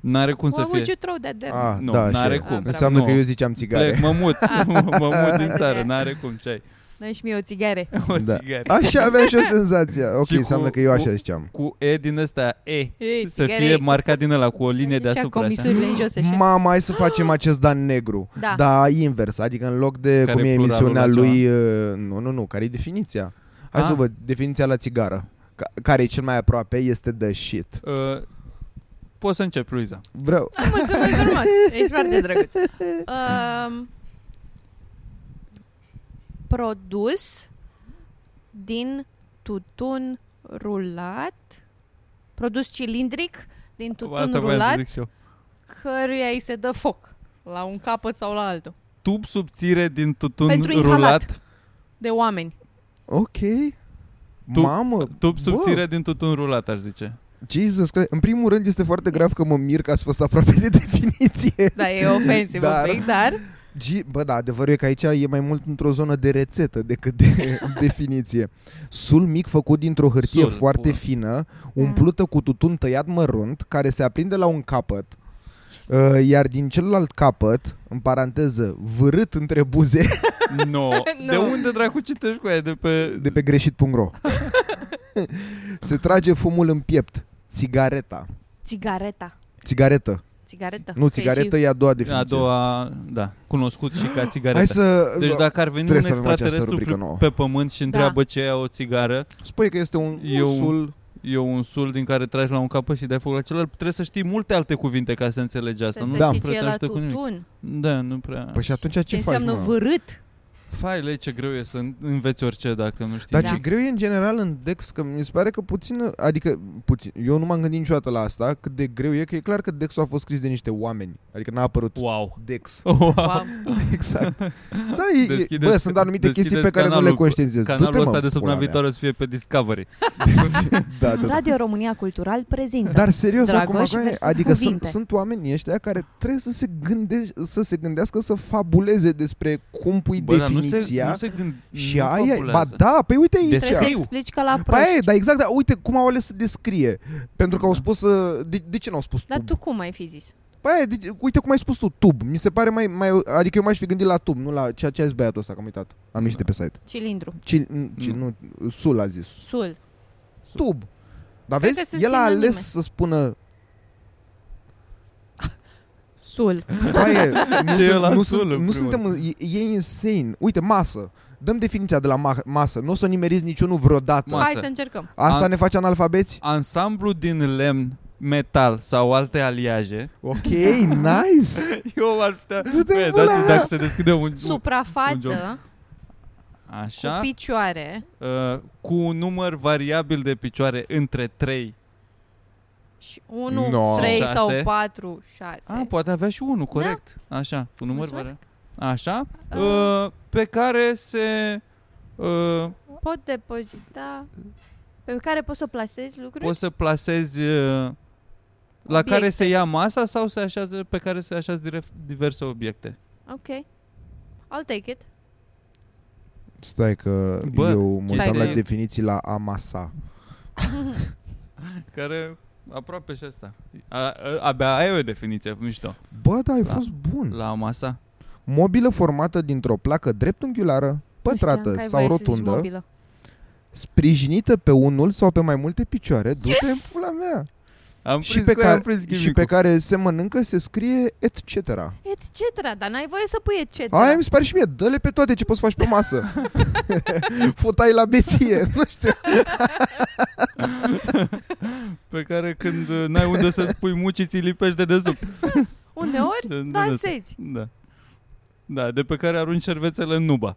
[SPEAKER 3] N-are cum să
[SPEAKER 4] Why
[SPEAKER 3] fie.
[SPEAKER 4] would you throw that there?
[SPEAKER 2] Ah,
[SPEAKER 3] Nu,
[SPEAKER 2] da,
[SPEAKER 3] n-are
[SPEAKER 2] și-
[SPEAKER 4] cum.
[SPEAKER 2] Înseamnă
[SPEAKER 3] Nu.
[SPEAKER 2] că eu ziceam țigare.
[SPEAKER 3] Plec, mă mut, mă mut din țară,
[SPEAKER 4] Ah. Ok.
[SPEAKER 3] n-are cum ce ai.
[SPEAKER 4] Dă și mie o țigare.
[SPEAKER 3] O
[SPEAKER 2] Da.
[SPEAKER 3] țigară.
[SPEAKER 2] Așa aveam și o senzație. Ok,
[SPEAKER 3] Și cu-
[SPEAKER 2] înseamnă că eu așa
[SPEAKER 3] cu-
[SPEAKER 2] ziceam.
[SPEAKER 3] Cu E din ăsta, E,
[SPEAKER 4] Ei,
[SPEAKER 3] să
[SPEAKER 4] țigare.
[SPEAKER 3] fie marcat din ăla cu o linie
[SPEAKER 4] Și
[SPEAKER 3] deasupra așa.
[SPEAKER 4] comisurile în jos așa.
[SPEAKER 2] Mama, hai să facem acest dan negru.
[SPEAKER 4] Da.
[SPEAKER 2] Da, invers, adică în loc de
[SPEAKER 3] Care
[SPEAKER 2] cum e
[SPEAKER 3] e pluralul
[SPEAKER 2] emisiunea
[SPEAKER 3] la
[SPEAKER 2] lui, uh, nu, nu, nu, care e definiția? Hai
[SPEAKER 3] Ah.
[SPEAKER 2] să văd, definiția la țigară, ca, care e cel mai aproape, este the shit.
[SPEAKER 3] Uh, poți să începi, Luiza.
[SPEAKER 2] Vreau,
[SPEAKER 4] Mulțumesc frumos. Ești foarte drăguț. Um, produs din tutun rulat. Produs cilindric din tutun
[SPEAKER 3] Asta voiam să
[SPEAKER 4] rulat
[SPEAKER 3] zic și eu.
[SPEAKER 4] căruia îi se dă foc la un capăt sau la altul.
[SPEAKER 3] Tub subțire din tutun
[SPEAKER 4] Pentru inhalat.
[SPEAKER 3] rulat.
[SPEAKER 4] De oameni.
[SPEAKER 2] ok,
[SPEAKER 3] Tu-
[SPEAKER 2] mamă,
[SPEAKER 3] Tub
[SPEAKER 2] bă,
[SPEAKER 3] subțire din tutun rulat, aș zice.
[SPEAKER 2] Jesus Christ. În primul rând este foarte grav că mă mir că ați fost aproape de definiție.
[SPEAKER 4] Da, e ofensiv
[SPEAKER 2] Dar-
[SPEAKER 4] dar... un pic, dar...
[SPEAKER 2] G- Bă, da, adevărul e că aici e mai mult într-o zonă de rețetă decât de definiție. Sul mic făcut dintr-o hârtie
[SPEAKER 3] Sul,
[SPEAKER 2] foarte
[SPEAKER 3] bună.
[SPEAKER 2] fină, umplută cu tutun tăiat mărunt, care se aprinde la un capăt, uh, iar din celălalt capăt, în paranteză, vârât între buze,
[SPEAKER 3] No.
[SPEAKER 4] Nu.
[SPEAKER 3] De unde dracu citești cu aia? De pe...
[SPEAKER 2] de pe greșit.ro, se trage fumul în piept, țigareta,
[SPEAKER 4] Țigareta.
[SPEAKER 2] țigaretă,
[SPEAKER 4] Țigaretă.
[SPEAKER 2] Nu, țigaretă e a doua definiție.
[SPEAKER 3] A doua, da, cunoscut și ca țigaretă.
[SPEAKER 2] Hai să...
[SPEAKER 3] Deci dacă ar veni un
[SPEAKER 2] Trebuie să avem această
[SPEAKER 3] extraterestru
[SPEAKER 2] rubrică nouă.
[SPEAKER 3] pl- pe pământ și întreabă
[SPEAKER 4] Da.
[SPEAKER 3] ce e o țigară,
[SPEAKER 2] Spui că este un
[SPEAKER 3] Eu-
[SPEAKER 2] ursul...
[SPEAKER 3] e un sul din care tragi la un capăt și dai foc la celălalt, trebuie să știi multe alte cuvinte ca să înțelegi asta.
[SPEAKER 4] Trebuie
[SPEAKER 3] nu
[SPEAKER 4] să
[SPEAKER 2] Da.
[SPEAKER 4] știi ce
[SPEAKER 3] prea
[SPEAKER 4] e
[SPEAKER 3] te
[SPEAKER 4] la
[SPEAKER 3] ajută cu nimic.
[SPEAKER 4] tutun.
[SPEAKER 3] Da, nu prea.
[SPEAKER 2] Păi și atunci ce,
[SPEAKER 4] Ce
[SPEAKER 2] faci,
[SPEAKER 4] înseamnă
[SPEAKER 2] mă?
[SPEAKER 4] vârât.
[SPEAKER 3] Faile, ce greu e să în- înveți orice dacă nu știi.
[SPEAKER 2] Dar
[SPEAKER 4] Da.
[SPEAKER 2] ce greu e în general în Dex, că mi se pare că puțin, adică puțin, eu nu m-am gândit niciodată la asta, cât de greu e, că e clar că Dexul a fost scris de niște oameni, adică n-a apărut
[SPEAKER 3] Wow.
[SPEAKER 2] Dex.
[SPEAKER 3] wow.
[SPEAKER 4] Wow.
[SPEAKER 2] Exact. Da, e- e,
[SPEAKER 3] Deschideți-
[SPEAKER 2] bă, sunt anumite chestii pe
[SPEAKER 3] deschideți
[SPEAKER 2] care nu le
[SPEAKER 3] canalul-
[SPEAKER 2] conștientizezi.
[SPEAKER 3] Canalul
[SPEAKER 2] Du-te, mă,
[SPEAKER 3] ăsta de
[SPEAKER 2] pula
[SPEAKER 3] săptămâna
[SPEAKER 2] mea.
[SPEAKER 3] viitoare o să fie pe Discovery.
[SPEAKER 2] Da, da, da.
[SPEAKER 4] Radio România Cultural prezintă.
[SPEAKER 2] Dar serios,
[SPEAKER 4] Dragoș
[SPEAKER 2] acum, coaie,
[SPEAKER 4] versus
[SPEAKER 2] adică sunt,
[SPEAKER 4] cuvinte.
[SPEAKER 2] sunt oamenii ăștia care trebuie să se, gânde, să se gândească să fabuleze despre cum pui
[SPEAKER 3] Bă, dar nu se,
[SPEAKER 2] definiția
[SPEAKER 3] nu se gând,
[SPEAKER 2] și
[SPEAKER 3] nu
[SPEAKER 2] aia, ba
[SPEAKER 3] fabulează.
[SPEAKER 2] da, păi uite aici.
[SPEAKER 4] Trebuie să
[SPEAKER 3] știu.
[SPEAKER 4] explici că la
[SPEAKER 2] Păi,
[SPEAKER 4] proști.
[SPEAKER 2] da, exact, dar uite cum au ales să descrie. Pentru
[SPEAKER 4] Da.
[SPEAKER 2] că au spus, uh, de, de ce n-au spus
[SPEAKER 4] Dar
[SPEAKER 2] tub?
[SPEAKER 4] tu cum ai fi zis?
[SPEAKER 2] Păi, de, uite cum ai spus tu, tub. Mi se pare mai, mai, adică eu m-aș fi gândit la tub, nu la ceea ce a zis băiatul ăsta, că am uitat. Am ieșit
[SPEAKER 3] Da.
[SPEAKER 2] de pe site.
[SPEAKER 4] Cilindru.
[SPEAKER 2] Ci, n- ci,
[SPEAKER 4] Mm.
[SPEAKER 2] nu, sul a zis.
[SPEAKER 4] Sul.
[SPEAKER 2] Tub. Dar
[SPEAKER 4] Cred că
[SPEAKER 2] vezi,
[SPEAKER 4] sunt
[SPEAKER 2] el a
[SPEAKER 4] sinonime.
[SPEAKER 2] ales să spună
[SPEAKER 4] Sul.
[SPEAKER 2] Baie, nu,
[SPEAKER 3] Ce e la
[SPEAKER 2] sunt, nu,
[SPEAKER 3] sul, în
[SPEAKER 2] sunt,
[SPEAKER 3] primul
[SPEAKER 2] nu suntem,
[SPEAKER 3] rând?
[SPEAKER 2] e, e insane. Uite, masă. Dăm definiția de la ma- masă. Nu o să o nimeriți niciunul vreodată.
[SPEAKER 3] Masă.
[SPEAKER 4] Hai să încercăm.
[SPEAKER 2] Asta
[SPEAKER 3] An-
[SPEAKER 2] ne face analfabeți?
[SPEAKER 3] Ansamblu din lemn, metal sau alte aliaje.
[SPEAKER 2] Ok, nice.
[SPEAKER 3] Eu ar putea...
[SPEAKER 2] Du-te,
[SPEAKER 3] Băi,
[SPEAKER 2] pula
[SPEAKER 3] dați
[SPEAKER 2] mea.
[SPEAKER 3] dacă se deschide un... Un
[SPEAKER 4] Suprafață cu
[SPEAKER 3] Așa.
[SPEAKER 4] picioare
[SPEAKER 3] Uh, cu un număr variabil de picioare între 3.
[SPEAKER 4] și 1,
[SPEAKER 2] No.
[SPEAKER 4] 3
[SPEAKER 3] Șase.
[SPEAKER 4] sau 4, 6.
[SPEAKER 3] Ah, poate avea și unul, corect. Așa, un număr
[SPEAKER 4] Da. Mulțumesc.
[SPEAKER 3] variabil. Așa.
[SPEAKER 4] Ah.
[SPEAKER 3] Uh, pe care se... Uh,
[SPEAKER 4] Pot depozita pe care poți să plasezi lucruri?
[SPEAKER 3] poți să plasezi... Uh, la
[SPEAKER 4] Obiecte.
[SPEAKER 3] care se ia masa sau se așează, pe care se așează diref- diverse obiecte.
[SPEAKER 4] Ok. I'll take it.
[SPEAKER 2] Stai că
[SPEAKER 3] Bă,
[SPEAKER 2] eu mă
[SPEAKER 3] stai
[SPEAKER 2] uitam la
[SPEAKER 3] de-
[SPEAKER 2] definiții la amasa.
[SPEAKER 3] Care aproape și asta. A, a, abia aia e o definiție mișto.
[SPEAKER 2] Bă, da, ai
[SPEAKER 3] La-
[SPEAKER 2] fost bun.
[SPEAKER 3] La masa.
[SPEAKER 2] Mobilă formată dintr-o placă dreptunghiulară,
[SPEAKER 4] Nu știam că
[SPEAKER 2] pătrată
[SPEAKER 4] ai
[SPEAKER 2] sau
[SPEAKER 4] voie să zici
[SPEAKER 2] rotundă,
[SPEAKER 4] mobilă.
[SPEAKER 2] sprijinită pe unul sau pe mai multe picioare, du-te yes! pula mea,
[SPEAKER 3] Am
[SPEAKER 2] Și
[SPEAKER 3] prins
[SPEAKER 2] pe
[SPEAKER 3] cu aia, am
[SPEAKER 2] care-
[SPEAKER 3] prins
[SPEAKER 2] și pe care se mănâncă, se scrie etc.
[SPEAKER 4] Etc. Dar n-ai voie să pui etc.
[SPEAKER 2] Aia mi se pare și mie, dă-le pe toate ce poți să faci pe masă. Futai la beție, nu știu.
[SPEAKER 3] Pe care când uh, n-ai unde să spui muci, ți lipești de desubt.
[SPEAKER 4] Uneori
[SPEAKER 3] De- de-
[SPEAKER 4] dansezi.
[SPEAKER 3] Da. Da, de pe care arunci șervețele în nuba.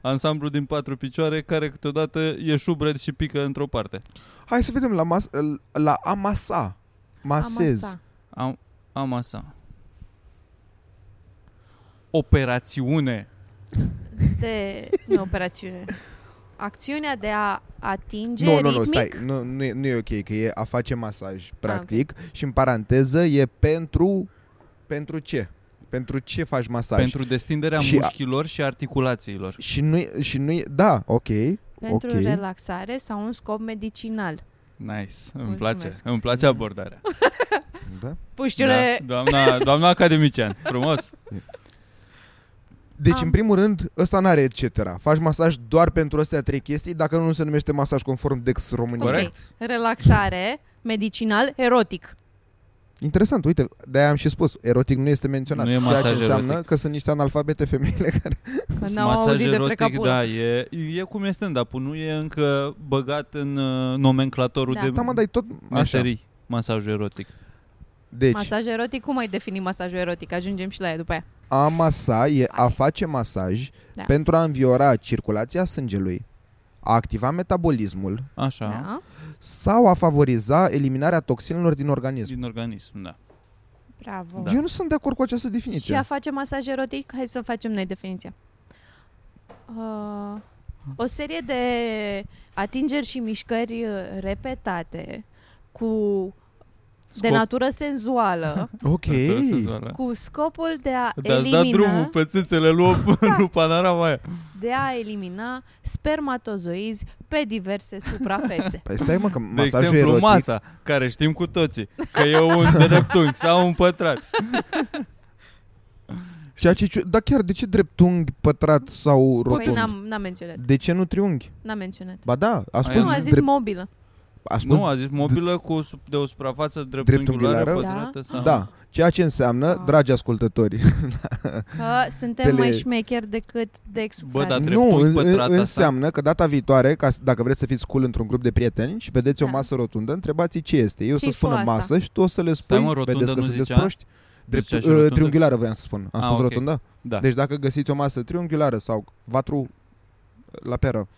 [SPEAKER 4] Da.
[SPEAKER 3] Ansamblu din patru picioare care câteodată e șubred și pică într-o parte.
[SPEAKER 2] Hai să vedem la, mas- la amasa. Masez.
[SPEAKER 4] Amasa.
[SPEAKER 3] Am, am asta. Operațiune.
[SPEAKER 4] De nu, operațiune. Acțiunea de a atinge
[SPEAKER 2] Nu, nu,
[SPEAKER 4] ritmic.
[SPEAKER 2] nu, stai, nu, nu, e, nu e ok, că e a face masaj, practic, și în paranteză e pentru, pentru ce? Pentru ce faci masaj?
[SPEAKER 3] Pentru destinderea
[SPEAKER 2] Și a-
[SPEAKER 3] mușchilor Da, și articulațiilor.
[SPEAKER 2] Și nu e, și nu e, da, ok,
[SPEAKER 4] Pentru
[SPEAKER 2] ok.
[SPEAKER 4] relaxare sau un scop medicinal.
[SPEAKER 3] Nice, îmi
[SPEAKER 4] Mulțumesc.
[SPEAKER 3] place, îmi place abordarea.
[SPEAKER 2] Da.
[SPEAKER 4] Puștiule,
[SPEAKER 3] Da, doamna, doamna academician, frumos.
[SPEAKER 2] Deci,
[SPEAKER 4] Am.
[SPEAKER 2] în primul rând, ăsta n-are etc. Faci masaj doar pentru astea trei chestii, dacă nu, nu se numește masaj conform Dex România.
[SPEAKER 4] Ok.
[SPEAKER 3] Corect?
[SPEAKER 4] relaxare, medicinal, erotic.
[SPEAKER 2] Interesant, uite, de-aia am și spus, erotic nu este menționat.
[SPEAKER 3] Nu e
[SPEAKER 2] ceea ce
[SPEAKER 3] masaj
[SPEAKER 2] înseamnă
[SPEAKER 3] erotic.
[SPEAKER 2] că sunt niște analfabete femeile care...
[SPEAKER 4] Că
[SPEAKER 3] Sunt
[SPEAKER 4] n-au auzit de frecapul.
[SPEAKER 3] da, e, e cum e stand-up-ul, nu e încă băgat în uh, nomenclatorul
[SPEAKER 4] Da.
[SPEAKER 3] de
[SPEAKER 2] Da, mă, dar e tot așa.
[SPEAKER 3] meserii, masajul erotic.
[SPEAKER 2] Deci,
[SPEAKER 4] Masaj erotic, cum ai defini masajul erotic? Ajungem și la ea după aia.
[SPEAKER 2] A masa e a face masaj
[SPEAKER 4] Da.
[SPEAKER 2] da. pentru a înviora circulația sângelui, a activa metabolismul
[SPEAKER 3] Așa, da.
[SPEAKER 4] Da?
[SPEAKER 2] sau a favoriza eliminarea toxinelor din organism.
[SPEAKER 3] din organism, da.
[SPEAKER 4] Bravo.
[SPEAKER 2] Da. Eu nu sunt de acord cu această
[SPEAKER 4] Și
[SPEAKER 2] definiție.
[SPEAKER 4] a face masaj erotic, hai să facem noi definiția. Uh, o serie de atingeri și mișcări uh, repetate cu de
[SPEAKER 3] Scop-
[SPEAKER 4] natură senzuală,
[SPEAKER 2] Ok.
[SPEAKER 3] Structură senzuală.
[SPEAKER 4] cu scopul de a
[SPEAKER 3] Dar da drumul
[SPEAKER 4] elimina
[SPEAKER 3] pe țâțele lui, lui Panorama aia.
[SPEAKER 4] de a elimina spermatozoizi pe diverse suprafețe.
[SPEAKER 2] Păi stai mă că
[SPEAKER 3] De
[SPEAKER 2] masajul
[SPEAKER 3] exemplu,
[SPEAKER 2] erotic...
[SPEAKER 3] masa, care știm cu toții că e un dreptunghi sau un pătrat.
[SPEAKER 2] Ceea ce, ciu- da chiar, de ce dreptunghi, pătrat sau
[SPEAKER 4] Păi
[SPEAKER 2] rotund?
[SPEAKER 4] n-am, n-am menționat.
[SPEAKER 2] de ce nu triunghi?
[SPEAKER 4] N-am menționat.
[SPEAKER 2] Ba da, a spus
[SPEAKER 4] Nu, a zis
[SPEAKER 2] drept...
[SPEAKER 4] mobilă.
[SPEAKER 2] A spus
[SPEAKER 3] Nu, a zis mobilă cu, sup- de o suprafață
[SPEAKER 2] Dreptunghiulară?
[SPEAKER 3] dreptunghiulară pătrată sau...
[SPEAKER 2] da. Ceea ce înseamnă,
[SPEAKER 4] Ah.
[SPEAKER 2] dragi ascultători,
[SPEAKER 4] Că suntem
[SPEAKER 2] Tele- da.
[SPEAKER 4] mai șmecheri decât Dex.
[SPEAKER 3] Bă, dar
[SPEAKER 4] frate.
[SPEAKER 3] trebuie-
[SPEAKER 2] nu,
[SPEAKER 3] dreptunghi
[SPEAKER 2] în, în,
[SPEAKER 3] pătrata asta.
[SPEAKER 2] înseamnă că data viitoare, ca, s- dacă vreți să fiți cool într-un grup de prieteni și vedeți o
[SPEAKER 4] Da.
[SPEAKER 2] masă rotundă, întrebați ce este. Eu o să
[SPEAKER 4] Ce-i
[SPEAKER 2] spun
[SPEAKER 4] cu asta?
[SPEAKER 2] masă și tu o să le spui,
[SPEAKER 3] Stai, mă, rotundă
[SPEAKER 2] vedeți că
[SPEAKER 3] nu
[SPEAKER 2] sunteți
[SPEAKER 3] zicea?
[SPEAKER 2] proști. Drept,
[SPEAKER 3] zicea și
[SPEAKER 2] uh,
[SPEAKER 3] rotundă?
[SPEAKER 2] triunghiulară vreau să spun. Am
[SPEAKER 3] Ah,
[SPEAKER 2] spus
[SPEAKER 3] ok.
[SPEAKER 2] rotundă?
[SPEAKER 3] da.
[SPEAKER 2] Deci dacă găsiți o masă triunghiulară sau vatru la peră,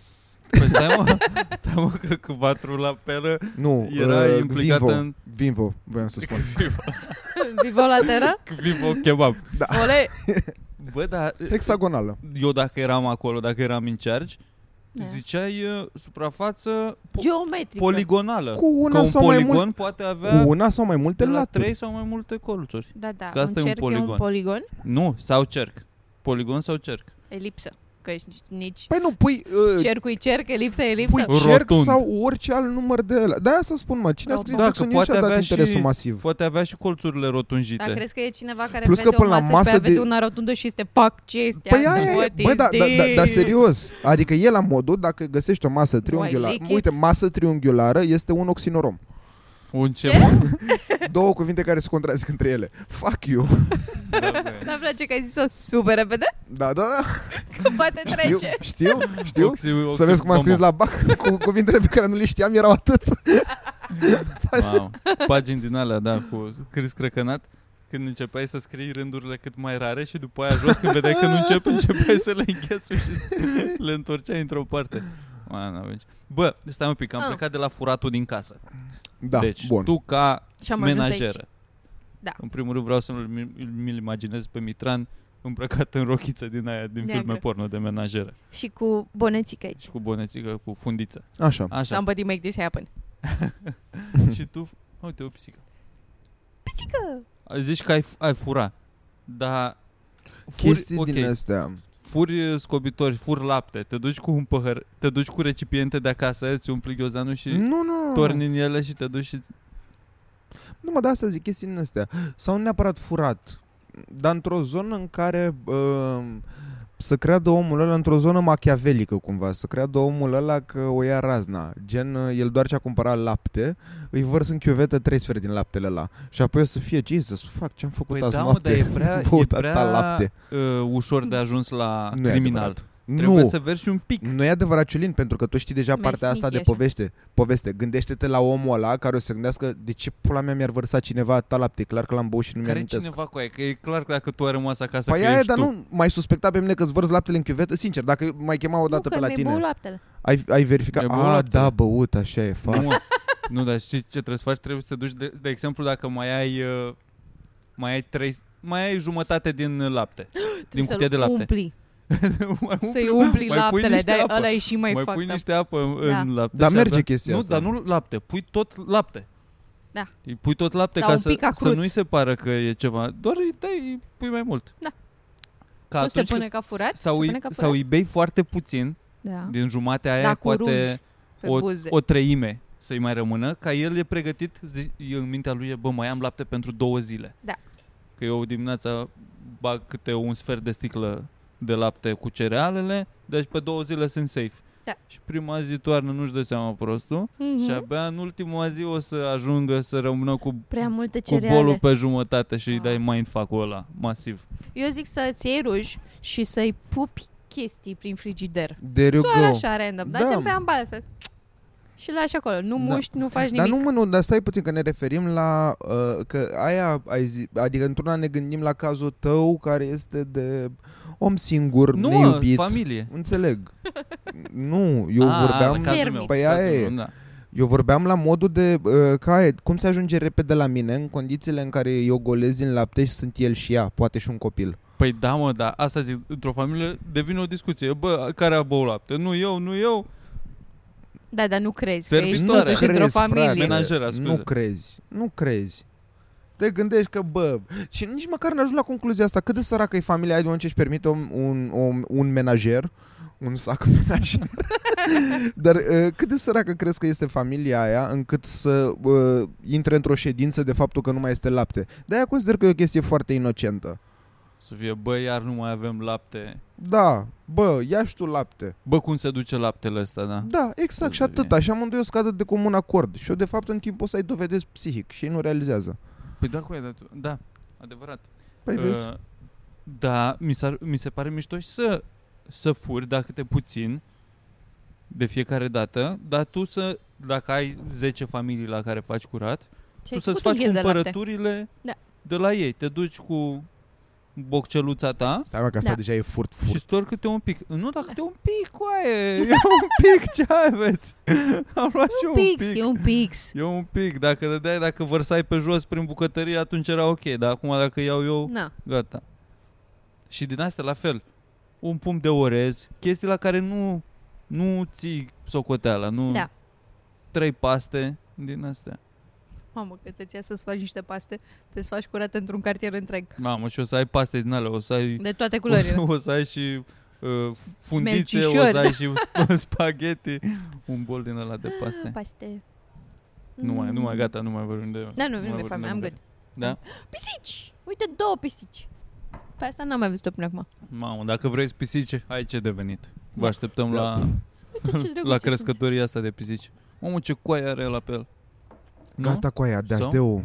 [SPEAKER 3] Păi stai mă, stai mă că cu vatru la peră
[SPEAKER 2] nu,
[SPEAKER 3] era
[SPEAKER 2] uh,
[SPEAKER 3] implicată
[SPEAKER 2] Vinvo,
[SPEAKER 3] în...
[SPEAKER 2] Vinvo, voiam să spun.
[SPEAKER 4] Vivo la teră?
[SPEAKER 3] Vivo kebab.
[SPEAKER 4] Ole!
[SPEAKER 3] Bă, dar
[SPEAKER 2] Hexagonală.
[SPEAKER 3] eu dacă eram acolo, dacă eram în charge,
[SPEAKER 4] Da.
[SPEAKER 3] ziceai uh, suprafață po-
[SPEAKER 4] Geometrică.
[SPEAKER 3] poligonală.
[SPEAKER 2] Cu
[SPEAKER 3] Că
[SPEAKER 2] una
[SPEAKER 3] un
[SPEAKER 2] sau mai
[SPEAKER 3] poligon
[SPEAKER 2] mult,
[SPEAKER 3] poate avea
[SPEAKER 2] cu una sau mai multe
[SPEAKER 3] de la
[SPEAKER 2] laturi.
[SPEAKER 3] 3 sau mai multe colțuri.
[SPEAKER 4] Da, da.
[SPEAKER 3] Că asta
[SPEAKER 4] un
[SPEAKER 3] e un
[SPEAKER 4] cerc e un
[SPEAKER 3] poligon.
[SPEAKER 4] poligon.
[SPEAKER 3] Nu, sau cerc. Poligon sau cerc.
[SPEAKER 4] Elipsă. Că ești nici- nici...
[SPEAKER 2] Păi nu, pui, uh,
[SPEAKER 4] Cercul e cerc, elipsa e
[SPEAKER 2] pui
[SPEAKER 4] elipsă.
[SPEAKER 3] Pui-
[SPEAKER 2] cerc
[SPEAKER 3] Rotund.
[SPEAKER 2] sau orice alt număr de ăla. Da, asta spun, mă. Cine a scris
[SPEAKER 4] Da,
[SPEAKER 2] da,
[SPEAKER 4] că
[SPEAKER 2] Dixon și
[SPEAKER 3] poate
[SPEAKER 2] a dat
[SPEAKER 3] avea
[SPEAKER 2] interesul
[SPEAKER 3] și-
[SPEAKER 2] massiv.
[SPEAKER 3] Poate avea și colțurile rotunjite.
[SPEAKER 4] Dar crezi că e cineva
[SPEAKER 2] Plus
[SPEAKER 4] care Plus
[SPEAKER 2] că
[SPEAKER 4] vede o
[SPEAKER 2] până la
[SPEAKER 4] masă, masă și
[SPEAKER 2] masă
[SPEAKER 4] pe vede
[SPEAKER 2] de-
[SPEAKER 4] una rotundă și este pac, ce este
[SPEAKER 2] Păi
[SPEAKER 4] asta?
[SPEAKER 2] aia
[SPEAKER 4] What
[SPEAKER 2] e, bă,
[SPEAKER 4] is
[SPEAKER 2] da, da, da, da,
[SPEAKER 4] this?
[SPEAKER 2] serios. Adică e la modul, dacă găsești o masă triunghiulară,
[SPEAKER 4] lick it?
[SPEAKER 2] uite, masă triunghiulară este un oxinorom.
[SPEAKER 3] Un ce,
[SPEAKER 4] Ce?
[SPEAKER 3] mă?
[SPEAKER 2] Două cuvinte care se contrazic între ele. Fuck you.
[SPEAKER 3] Da, bă.
[SPEAKER 4] Dar îmi place că ai zis-o super repede,
[SPEAKER 2] Da, da, da.
[SPEAKER 4] că poate
[SPEAKER 2] Eu,
[SPEAKER 4] trece.
[SPEAKER 2] știu, știu.
[SPEAKER 3] Oxi- oxi-
[SPEAKER 2] Să vezi cum am scris
[SPEAKER 3] bomo.
[SPEAKER 2] la bac cu cuvintele pe care nu le știam, erau atât.
[SPEAKER 3] Wow. Pagini din alea, da, cu scris crăcănat. Când începeai să scrii rândurile cât mai rare și după aia jos când vedeai că nu încep, începeai să le înghesui și le întorceai într-o parte. Mai n-avem ce. Bă, stai un pic, am
[SPEAKER 4] Ah.
[SPEAKER 3] plecat de la furatul din casă.
[SPEAKER 2] Da,
[SPEAKER 3] deci,
[SPEAKER 2] bun.
[SPEAKER 3] tu ca
[SPEAKER 4] Și am ajuns aici.
[SPEAKER 3] menajeră.
[SPEAKER 4] Da.
[SPEAKER 3] În primul rând vreau să mi- mi-l imaginez pe Mitran îmbrăcat în rochiță din aia, din
[SPEAKER 4] Neagră.
[SPEAKER 3] filme porno de menajeră.
[SPEAKER 4] Și cu bonețică aici.
[SPEAKER 3] Și cu bonețică, cu fundiță.
[SPEAKER 2] Așa.
[SPEAKER 3] Așa.
[SPEAKER 4] Somebody make this happen.
[SPEAKER 3] și tu, uite, o pisică.
[SPEAKER 4] Pisică!
[SPEAKER 3] Zici că ai, ai fura, dar furi,
[SPEAKER 2] Chestii
[SPEAKER 3] ok,
[SPEAKER 2] din astea.
[SPEAKER 3] furi uh, scobitori, furi lapte, te duci cu un păhăr, te duci cu recipiente de acasă, îți umpli ghiozdanul și mm.
[SPEAKER 2] Nu, nu, nu.
[SPEAKER 3] torni în ele și te duci și...
[SPEAKER 2] Nu, mă, da, asta zic, chestii din astea. Sau nu neapărat furat, dar într-o zonă în care uh, să creadă omul ăla, într-o zonă machiavelică cumva, să creadă omul ăla că o ia razna. Gen, uh, el doar ce-a cumpărat lapte, îi vărs în chiuvetă trei sferi din laptele ăla. Și apoi o să fie, Jesus, fuck, ce-am făcut
[SPEAKER 3] Păi
[SPEAKER 2] azi
[SPEAKER 3] da, mă,
[SPEAKER 2] noapte?
[SPEAKER 3] dar e prea, e
[SPEAKER 2] Băut atâta
[SPEAKER 3] prea
[SPEAKER 2] lapte.
[SPEAKER 3] Uh, ușor de ajuns la
[SPEAKER 2] Nu e
[SPEAKER 3] criminal.
[SPEAKER 2] adevărat.
[SPEAKER 3] Trebuie
[SPEAKER 2] nu,
[SPEAKER 3] să versi un pic.
[SPEAKER 2] nu e adevărat, Ciulin, pentru că tu știi deja
[SPEAKER 4] Mai
[SPEAKER 2] partea asta de
[SPEAKER 4] sneaky așa.
[SPEAKER 2] poveste. poveste. Gândește-te la omul ăla care o să gândească de ce pula mea mi-ar vărsa cineva ta lapte. E Clar că l-am băut și nu
[SPEAKER 3] Care
[SPEAKER 2] mi-am
[SPEAKER 3] cineva cu aia? Că e clar că dacă tu ai rămas acasă
[SPEAKER 2] Păi
[SPEAKER 3] că
[SPEAKER 2] aia,
[SPEAKER 3] ești
[SPEAKER 2] dar
[SPEAKER 3] tu.
[SPEAKER 2] nu mai suspecta pe mine că îți vărzi laptele în chiuvetă? Sincer, dacă mai chema o dată
[SPEAKER 4] nu,
[SPEAKER 2] pe la
[SPEAKER 4] că mi-ai băut
[SPEAKER 2] tine,
[SPEAKER 4] laptele.
[SPEAKER 2] ai, ai verificat?
[SPEAKER 3] Mi-ai băut
[SPEAKER 2] A,
[SPEAKER 3] laptele."
[SPEAKER 2] da, băut, așa e, fac.
[SPEAKER 3] Nu, mă. nu, dar știi ce trebuie să faci? Trebuie să te duci, de, de exemplu, dacă mai ai, uh, mai ai trei, mai ai jumătate din lapte, din
[SPEAKER 4] Trebuie să-l
[SPEAKER 3] cutia de lapte.
[SPEAKER 4] Umpli.
[SPEAKER 3] Mai
[SPEAKER 4] Să-i umpli
[SPEAKER 3] mai pui
[SPEAKER 4] laptele,
[SPEAKER 3] niște
[SPEAKER 4] de
[SPEAKER 3] apă.
[SPEAKER 4] ăla e și mai
[SPEAKER 3] mai
[SPEAKER 4] fucked
[SPEAKER 3] pui
[SPEAKER 4] up.
[SPEAKER 3] niște apă în,
[SPEAKER 4] Da.
[SPEAKER 3] în lapte.
[SPEAKER 2] Dar
[SPEAKER 3] și
[SPEAKER 2] merge
[SPEAKER 3] abia-
[SPEAKER 2] chestia
[SPEAKER 3] nu,
[SPEAKER 2] asta.
[SPEAKER 3] dar nu lapte, pui tot lapte.
[SPEAKER 4] Da.
[SPEAKER 3] Îi pui tot lapte
[SPEAKER 4] Dar
[SPEAKER 3] ca
[SPEAKER 4] un
[SPEAKER 3] să,
[SPEAKER 4] pic acruț.
[SPEAKER 3] să nu-i se pară că e ceva, doar îi dai, îi pui mai mult.
[SPEAKER 4] Da.
[SPEAKER 3] Ca
[SPEAKER 4] Nu se
[SPEAKER 3] atunci
[SPEAKER 4] pune
[SPEAKER 3] când-
[SPEAKER 4] ca furat?
[SPEAKER 3] Sau,
[SPEAKER 4] se
[SPEAKER 3] îi,
[SPEAKER 4] pune ca
[SPEAKER 3] sau
[SPEAKER 4] furat?
[SPEAKER 3] îi bei foarte puțin,
[SPEAKER 4] Da.
[SPEAKER 3] din jumatea aia
[SPEAKER 4] Da, cu
[SPEAKER 3] poate
[SPEAKER 4] ruj Pe
[SPEAKER 3] o,
[SPEAKER 4] buze.
[SPEAKER 3] o treime să-i mai rămână, ca el e pregătit, zi, eu în mintea lui e, bă, mai am lapte pentru două zile.
[SPEAKER 4] Da.
[SPEAKER 3] Că eu dimineața bag câte un sfert de sticlă de lapte cu cerealele, deci pe două zile sunt safe.
[SPEAKER 4] Da.
[SPEAKER 3] Și prima zi toarnă nu-și dă seama prostul
[SPEAKER 4] Mhm.
[SPEAKER 3] și abia în ultima zi o să ajungă să rămână cu,
[SPEAKER 4] Prea multe
[SPEAKER 3] cu bolul
[SPEAKER 4] cereale.
[SPEAKER 3] pe jumătate și îi
[SPEAKER 4] Ah.
[SPEAKER 3] dai mindfuck-ul ăla, masiv.
[SPEAKER 4] Eu zic să-ți iei ruj și să-i pupi chestii prin frigider.
[SPEAKER 2] There you
[SPEAKER 4] Doar
[SPEAKER 2] go.
[SPEAKER 4] așa, random.
[SPEAKER 2] Da.
[SPEAKER 4] Dar da. pe ambale. fel. Și lași acolo. Nu
[SPEAKER 2] Da.
[SPEAKER 4] muști, nu faci
[SPEAKER 2] Dar
[SPEAKER 4] nimic.
[SPEAKER 2] nu, mă, nu, dar stai puțin că ne referim la, uh, că aia, ai zi, adică într-una ne gândim la cazul tău care este de om singur,
[SPEAKER 3] Nu, mă,
[SPEAKER 2] neiubit.
[SPEAKER 3] familie.
[SPEAKER 2] Înțeleg. nu, eu
[SPEAKER 3] Ah,
[SPEAKER 2] vorbeam...
[SPEAKER 3] la cazul
[SPEAKER 4] Termic.
[SPEAKER 3] meu,
[SPEAKER 2] Păi
[SPEAKER 3] cazul
[SPEAKER 2] aia e.
[SPEAKER 3] meu, da.
[SPEAKER 2] Eu vorbeam la modul de uh, ca, cum se ajunge repede la mine în condițiile în care eu golez din lapte și sunt el și ea, poate și un copil.
[SPEAKER 3] Păi da, mă, da, asta zic, într-o familie devine o discuție. Bă, care a băut lapte? Nu eu, nu eu.
[SPEAKER 4] Da, dar nu crezi că ești
[SPEAKER 3] Servitoare.
[SPEAKER 4] totuși într-o
[SPEAKER 2] Păi Crezi, frate,
[SPEAKER 4] familie.
[SPEAKER 3] Menajera, scuze.
[SPEAKER 2] Nu crezi, nu crezi. Te gândești că, bă, și nici măcar n-ajungi la concluzia asta, cât de săracă e familia aia de unde își permite un, un, un, un menajer, un sac menajer. Dar uh, cât de săracă crezi că este familia aia încât să uh, intre într-o ședință de faptul că nu mai este lapte? De-aia consider că e o chestie foarte inocentă.
[SPEAKER 3] Să fie, bă, iar nu mai avem lapte.
[SPEAKER 2] Da, bă, ia și tu lapte.
[SPEAKER 3] Bă, cum se duce laptele ăsta, da?
[SPEAKER 2] Da, exact și
[SPEAKER 3] Să-ți
[SPEAKER 2] atât.
[SPEAKER 3] devii.
[SPEAKER 2] Așa amândoi o scadă de comun acord. Și eu, de fapt, în timpul ăsta îi dovedesc psihic și ei nu realizează.
[SPEAKER 3] Păi da, cu da, da, adevărat.
[SPEAKER 2] Păi vezi?
[SPEAKER 3] Uh, Da, mi, s-ar, mi se pare mișto și să, să furi, dacă te puțin, de fiecare dată, dar tu să, dacă ai 10 familii la care faci curat,
[SPEAKER 4] Ce
[SPEAKER 3] tu să-ți faci cumpărăturile
[SPEAKER 4] Da.
[SPEAKER 3] de la ei. Te duci cu bocceluța ta
[SPEAKER 2] Stai mă, că asta
[SPEAKER 4] da.
[SPEAKER 2] deja e furt,
[SPEAKER 3] și
[SPEAKER 2] furt.
[SPEAKER 3] stor câte un pic. Nu, dar câte un pic, coaie, e un pic, ce aveți? Am luat și eu un pic.
[SPEAKER 4] Pix, e un pix.
[SPEAKER 3] Eu un pic, dacă dădeai, dacă vărsai pe jos prin bucătărie, atunci era ok, dar acum dacă iau eu,
[SPEAKER 4] Na,
[SPEAKER 3] gata. Și din asta la fel, un pumn de orez, chestii la care nu, nu ții socoteala, nu
[SPEAKER 4] Da.
[SPEAKER 3] trei paste din astea.
[SPEAKER 4] mamă, că ți-ți ia să-ți faci niște paste, te să faci curat într-un cartier întreg.
[SPEAKER 3] Mamă, și o să ai paste din alea, o să ai,
[SPEAKER 4] De toate
[SPEAKER 3] o să,
[SPEAKER 4] culorile. da.
[SPEAKER 3] o să ai și uh, fundițe, o
[SPEAKER 4] Melcișori,
[SPEAKER 3] să ai și sp- spaghetti, un bol din ăla de paste.
[SPEAKER 4] Paste.
[SPEAKER 3] Nu mai, nu mai, gata, nu mai vorbim de...
[SPEAKER 4] Da, nu, nu
[SPEAKER 3] mai
[SPEAKER 4] mi-e
[SPEAKER 3] vorbim
[SPEAKER 4] foame,
[SPEAKER 3] de
[SPEAKER 4] am
[SPEAKER 3] mâncare.
[SPEAKER 4] gât.
[SPEAKER 3] Da?
[SPEAKER 4] Pisici! Uite, două pisici. Pe asta n-am mai văzut-o până acum.
[SPEAKER 3] Mamă, dacă vrei pisici, ai ce devenit. Vă
[SPEAKER 4] Da.
[SPEAKER 3] așteptăm
[SPEAKER 2] Da.
[SPEAKER 3] la,
[SPEAKER 4] Uite Păi ce
[SPEAKER 3] la
[SPEAKER 4] drăguțe sunt.
[SPEAKER 3] crescătoria asta de pisici. Omul, ce coaie are la pe el. Nu?
[SPEAKER 2] Gata cu aia, de
[SPEAKER 3] Sau?
[SPEAKER 2] hdeu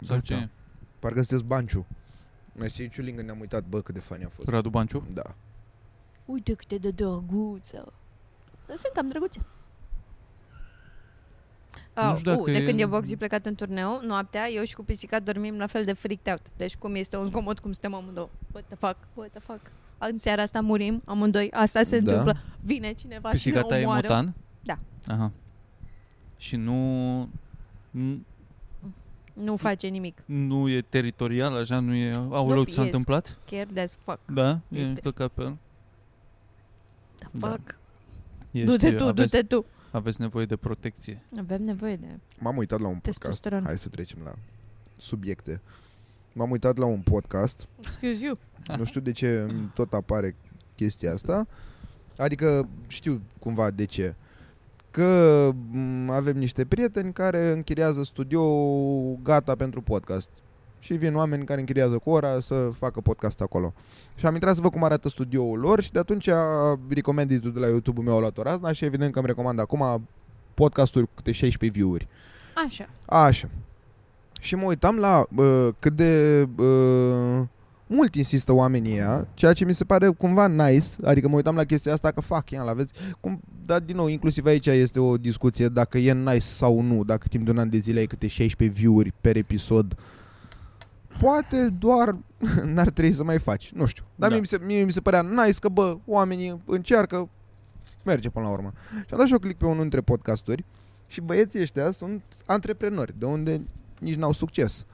[SPEAKER 3] Sau ce e?
[SPEAKER 2] Parcă sunteți Banciu. Mai știi, Ciulingă ne-am uitat, bă, cât de fani a fost.
[SPEAKER 3] Radu Banciu?
[SPEAKER 2] Da.
[SPEAKER 4] Uite cât e de drăguță. Dar sunt cam drăguțe.
[SPEAKER 3] Nu
[SPEAKER 4] Au,
[SPEAKER 3] știu dacă
[SPEAKER 4] u, de
[SPEAKER 3] e-
[SPEAKER 4] când e Boxy plecat în turneu, noaptea, eu și cu pisica dormim la fel de freaked out. Deci cum este un zgomot, cum suntem amândouă. What the fuck, what the fuck. În seara asta murim amândoi, asta se
[SPEAKER 2] Da.
[SPEAKER 4] întâmplă. Vine cineva
[SPEAKER 3] Pisica
[SPEAKER 4] și ne
[SPEAKER 3] ta e
[SPEAKER 4] omoară.
[SPEAKER 3] motan?
[SPEAKER 4] Da.
[SPEAKER 3] Aha. Și nu... n-
[SPEAKER 4] Nu face nimic.
[SPEAKER 3] Nu e teritorial, așa, nu e... Aoleu,
[SPEAKER 4] Nu,
[SPEAKER 3] ți s-a
[SPEAKER 4] ies.
[SPEAKER 3] întâmplat?
[SPEAKER 4] Care as fuck.
[SPEAKER 3] Da? E
[SPEAKER 4] Este.
[SPEAKER 3] căcat pe el?
[SPEAKER 4] The
[SPEAKER 3] Da.
[SPEAKER 4] fuck.
[SPEAKER 3] Ești,
[SPEAKER 4] du-te tu,
[SPEAKER 3] aveți,
[SPEAKER 4] du-te tu.
[SPEAKER 3] aveți nevoie de protecție.
[SPEAKER 4] Avem nevoie de
[SPEAKER 2] M-am uitat la un podcast.
[SPEAKER 4] testosteron.
[SPEAKER 2] Hai să trecem la subiecte. M-am uitat la un podcast.
[SPEAKER 4] Excuse you.
[SPEAKER 2] Nu știu de ce îmi tot apare chestia asta. Adică știu cumva de ce. Că m, avem niște prieteni care închiriază studio gata pentru podcast. Și vin oameni care închiriază cu ora să facă podcast acolo. Și am intrat să văd cum arată studioul lor și de atunci recomanditul de la YouTube-ul meu a luat o razna și evident că îmi recomand acum podcasturi cu câte 16 view-uri.
[SPEAKER 4] Așa.
[SPEAKER 2] Așa. Și mă uitam la uh, cât de uh, mult insistă oamenii ea, ceea ce mi se pare cumva nice, adică mă uitam la chestia asta că fac, ia, la vezi, cum, dar din nou, inclusiv aici este o discuție dacă e nice sau nu, dacă timp de un an de zile ai câte 16 view-uri per episod, poate doar n-ar trebui să mai faci, nu știu. Dar
[SPEAKER 3] Da.
[SPEAKER 2] da. mie, mi se, mie mi se părea nice că, bă, oamenii încearcă, merge până la urmă. Și am dat și eu click pe unul dintre podcasturi și băieții ăștia sunt antreprenori, de unde nici n-au succes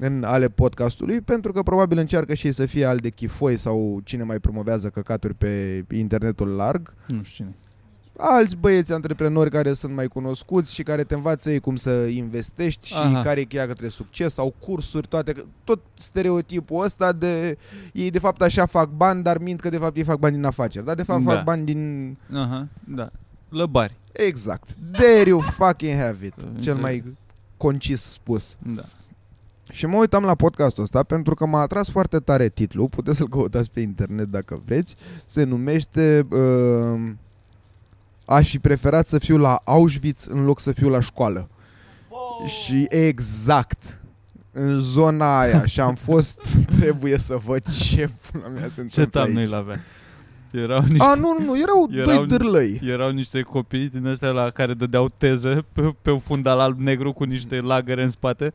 [SPEAKER 2] în ale podcastului, pentru că probabil încearcă și ei să fie al de chifoi sau cine mai promovează căcaturi pe internetul larg.
[SPEAKER 3] Nu știu cine.
[SPEAKER 2] Alți băieți antreprenori care sunt mai cunoscuți și care te învață ei cum să investești și
[SPEAKER 3] Aha.
[SPEAKER 2] care e cheia către succes sau cursuri, toate, tot stereotipul ăsta de ei de fapt așa fac bani, dar mint că de fapt ei fac bani din afaceri, dar de fapt
[SPEAKER 3] Da.
[SPEAKER 2] fac bani din
[SPEAKER 3] Aha, da. Lăbari.
[SPEAKER 2] Exact. There you fucking have it. Cel mai concis spus.
[SPEAKER 3] Da.
[SPEAKER 2] Și mă uitam la podcastul ăsta pentru că m-a atras foarte tare titlul. Puteți să-l căutați pe internet dacă vreți. Se numește... Uh, aș fi preferat să fiu la Auschwitz în loc să fiu la școală. Și exact în zona aia și am fost trebuie să văd ce pula mea se
[SPEAKER 3] Ce
[SPEAKER 2] întâmplă
[SPEAKER 3] tam
[SPEAKER 2] aici.
[SPEAKER 3] noi l-avea? Erau niște...
[SPEAKER 2] A, nu, nu, nu, erau,
[SPEAKER 3] Erau
[SPEAKER 2] doi dârlăi.
[SPEAKER 3] Erau niște copii din astea la care dădeau teză pe, pe un fundal alb-negru cu niște lagăre în spate.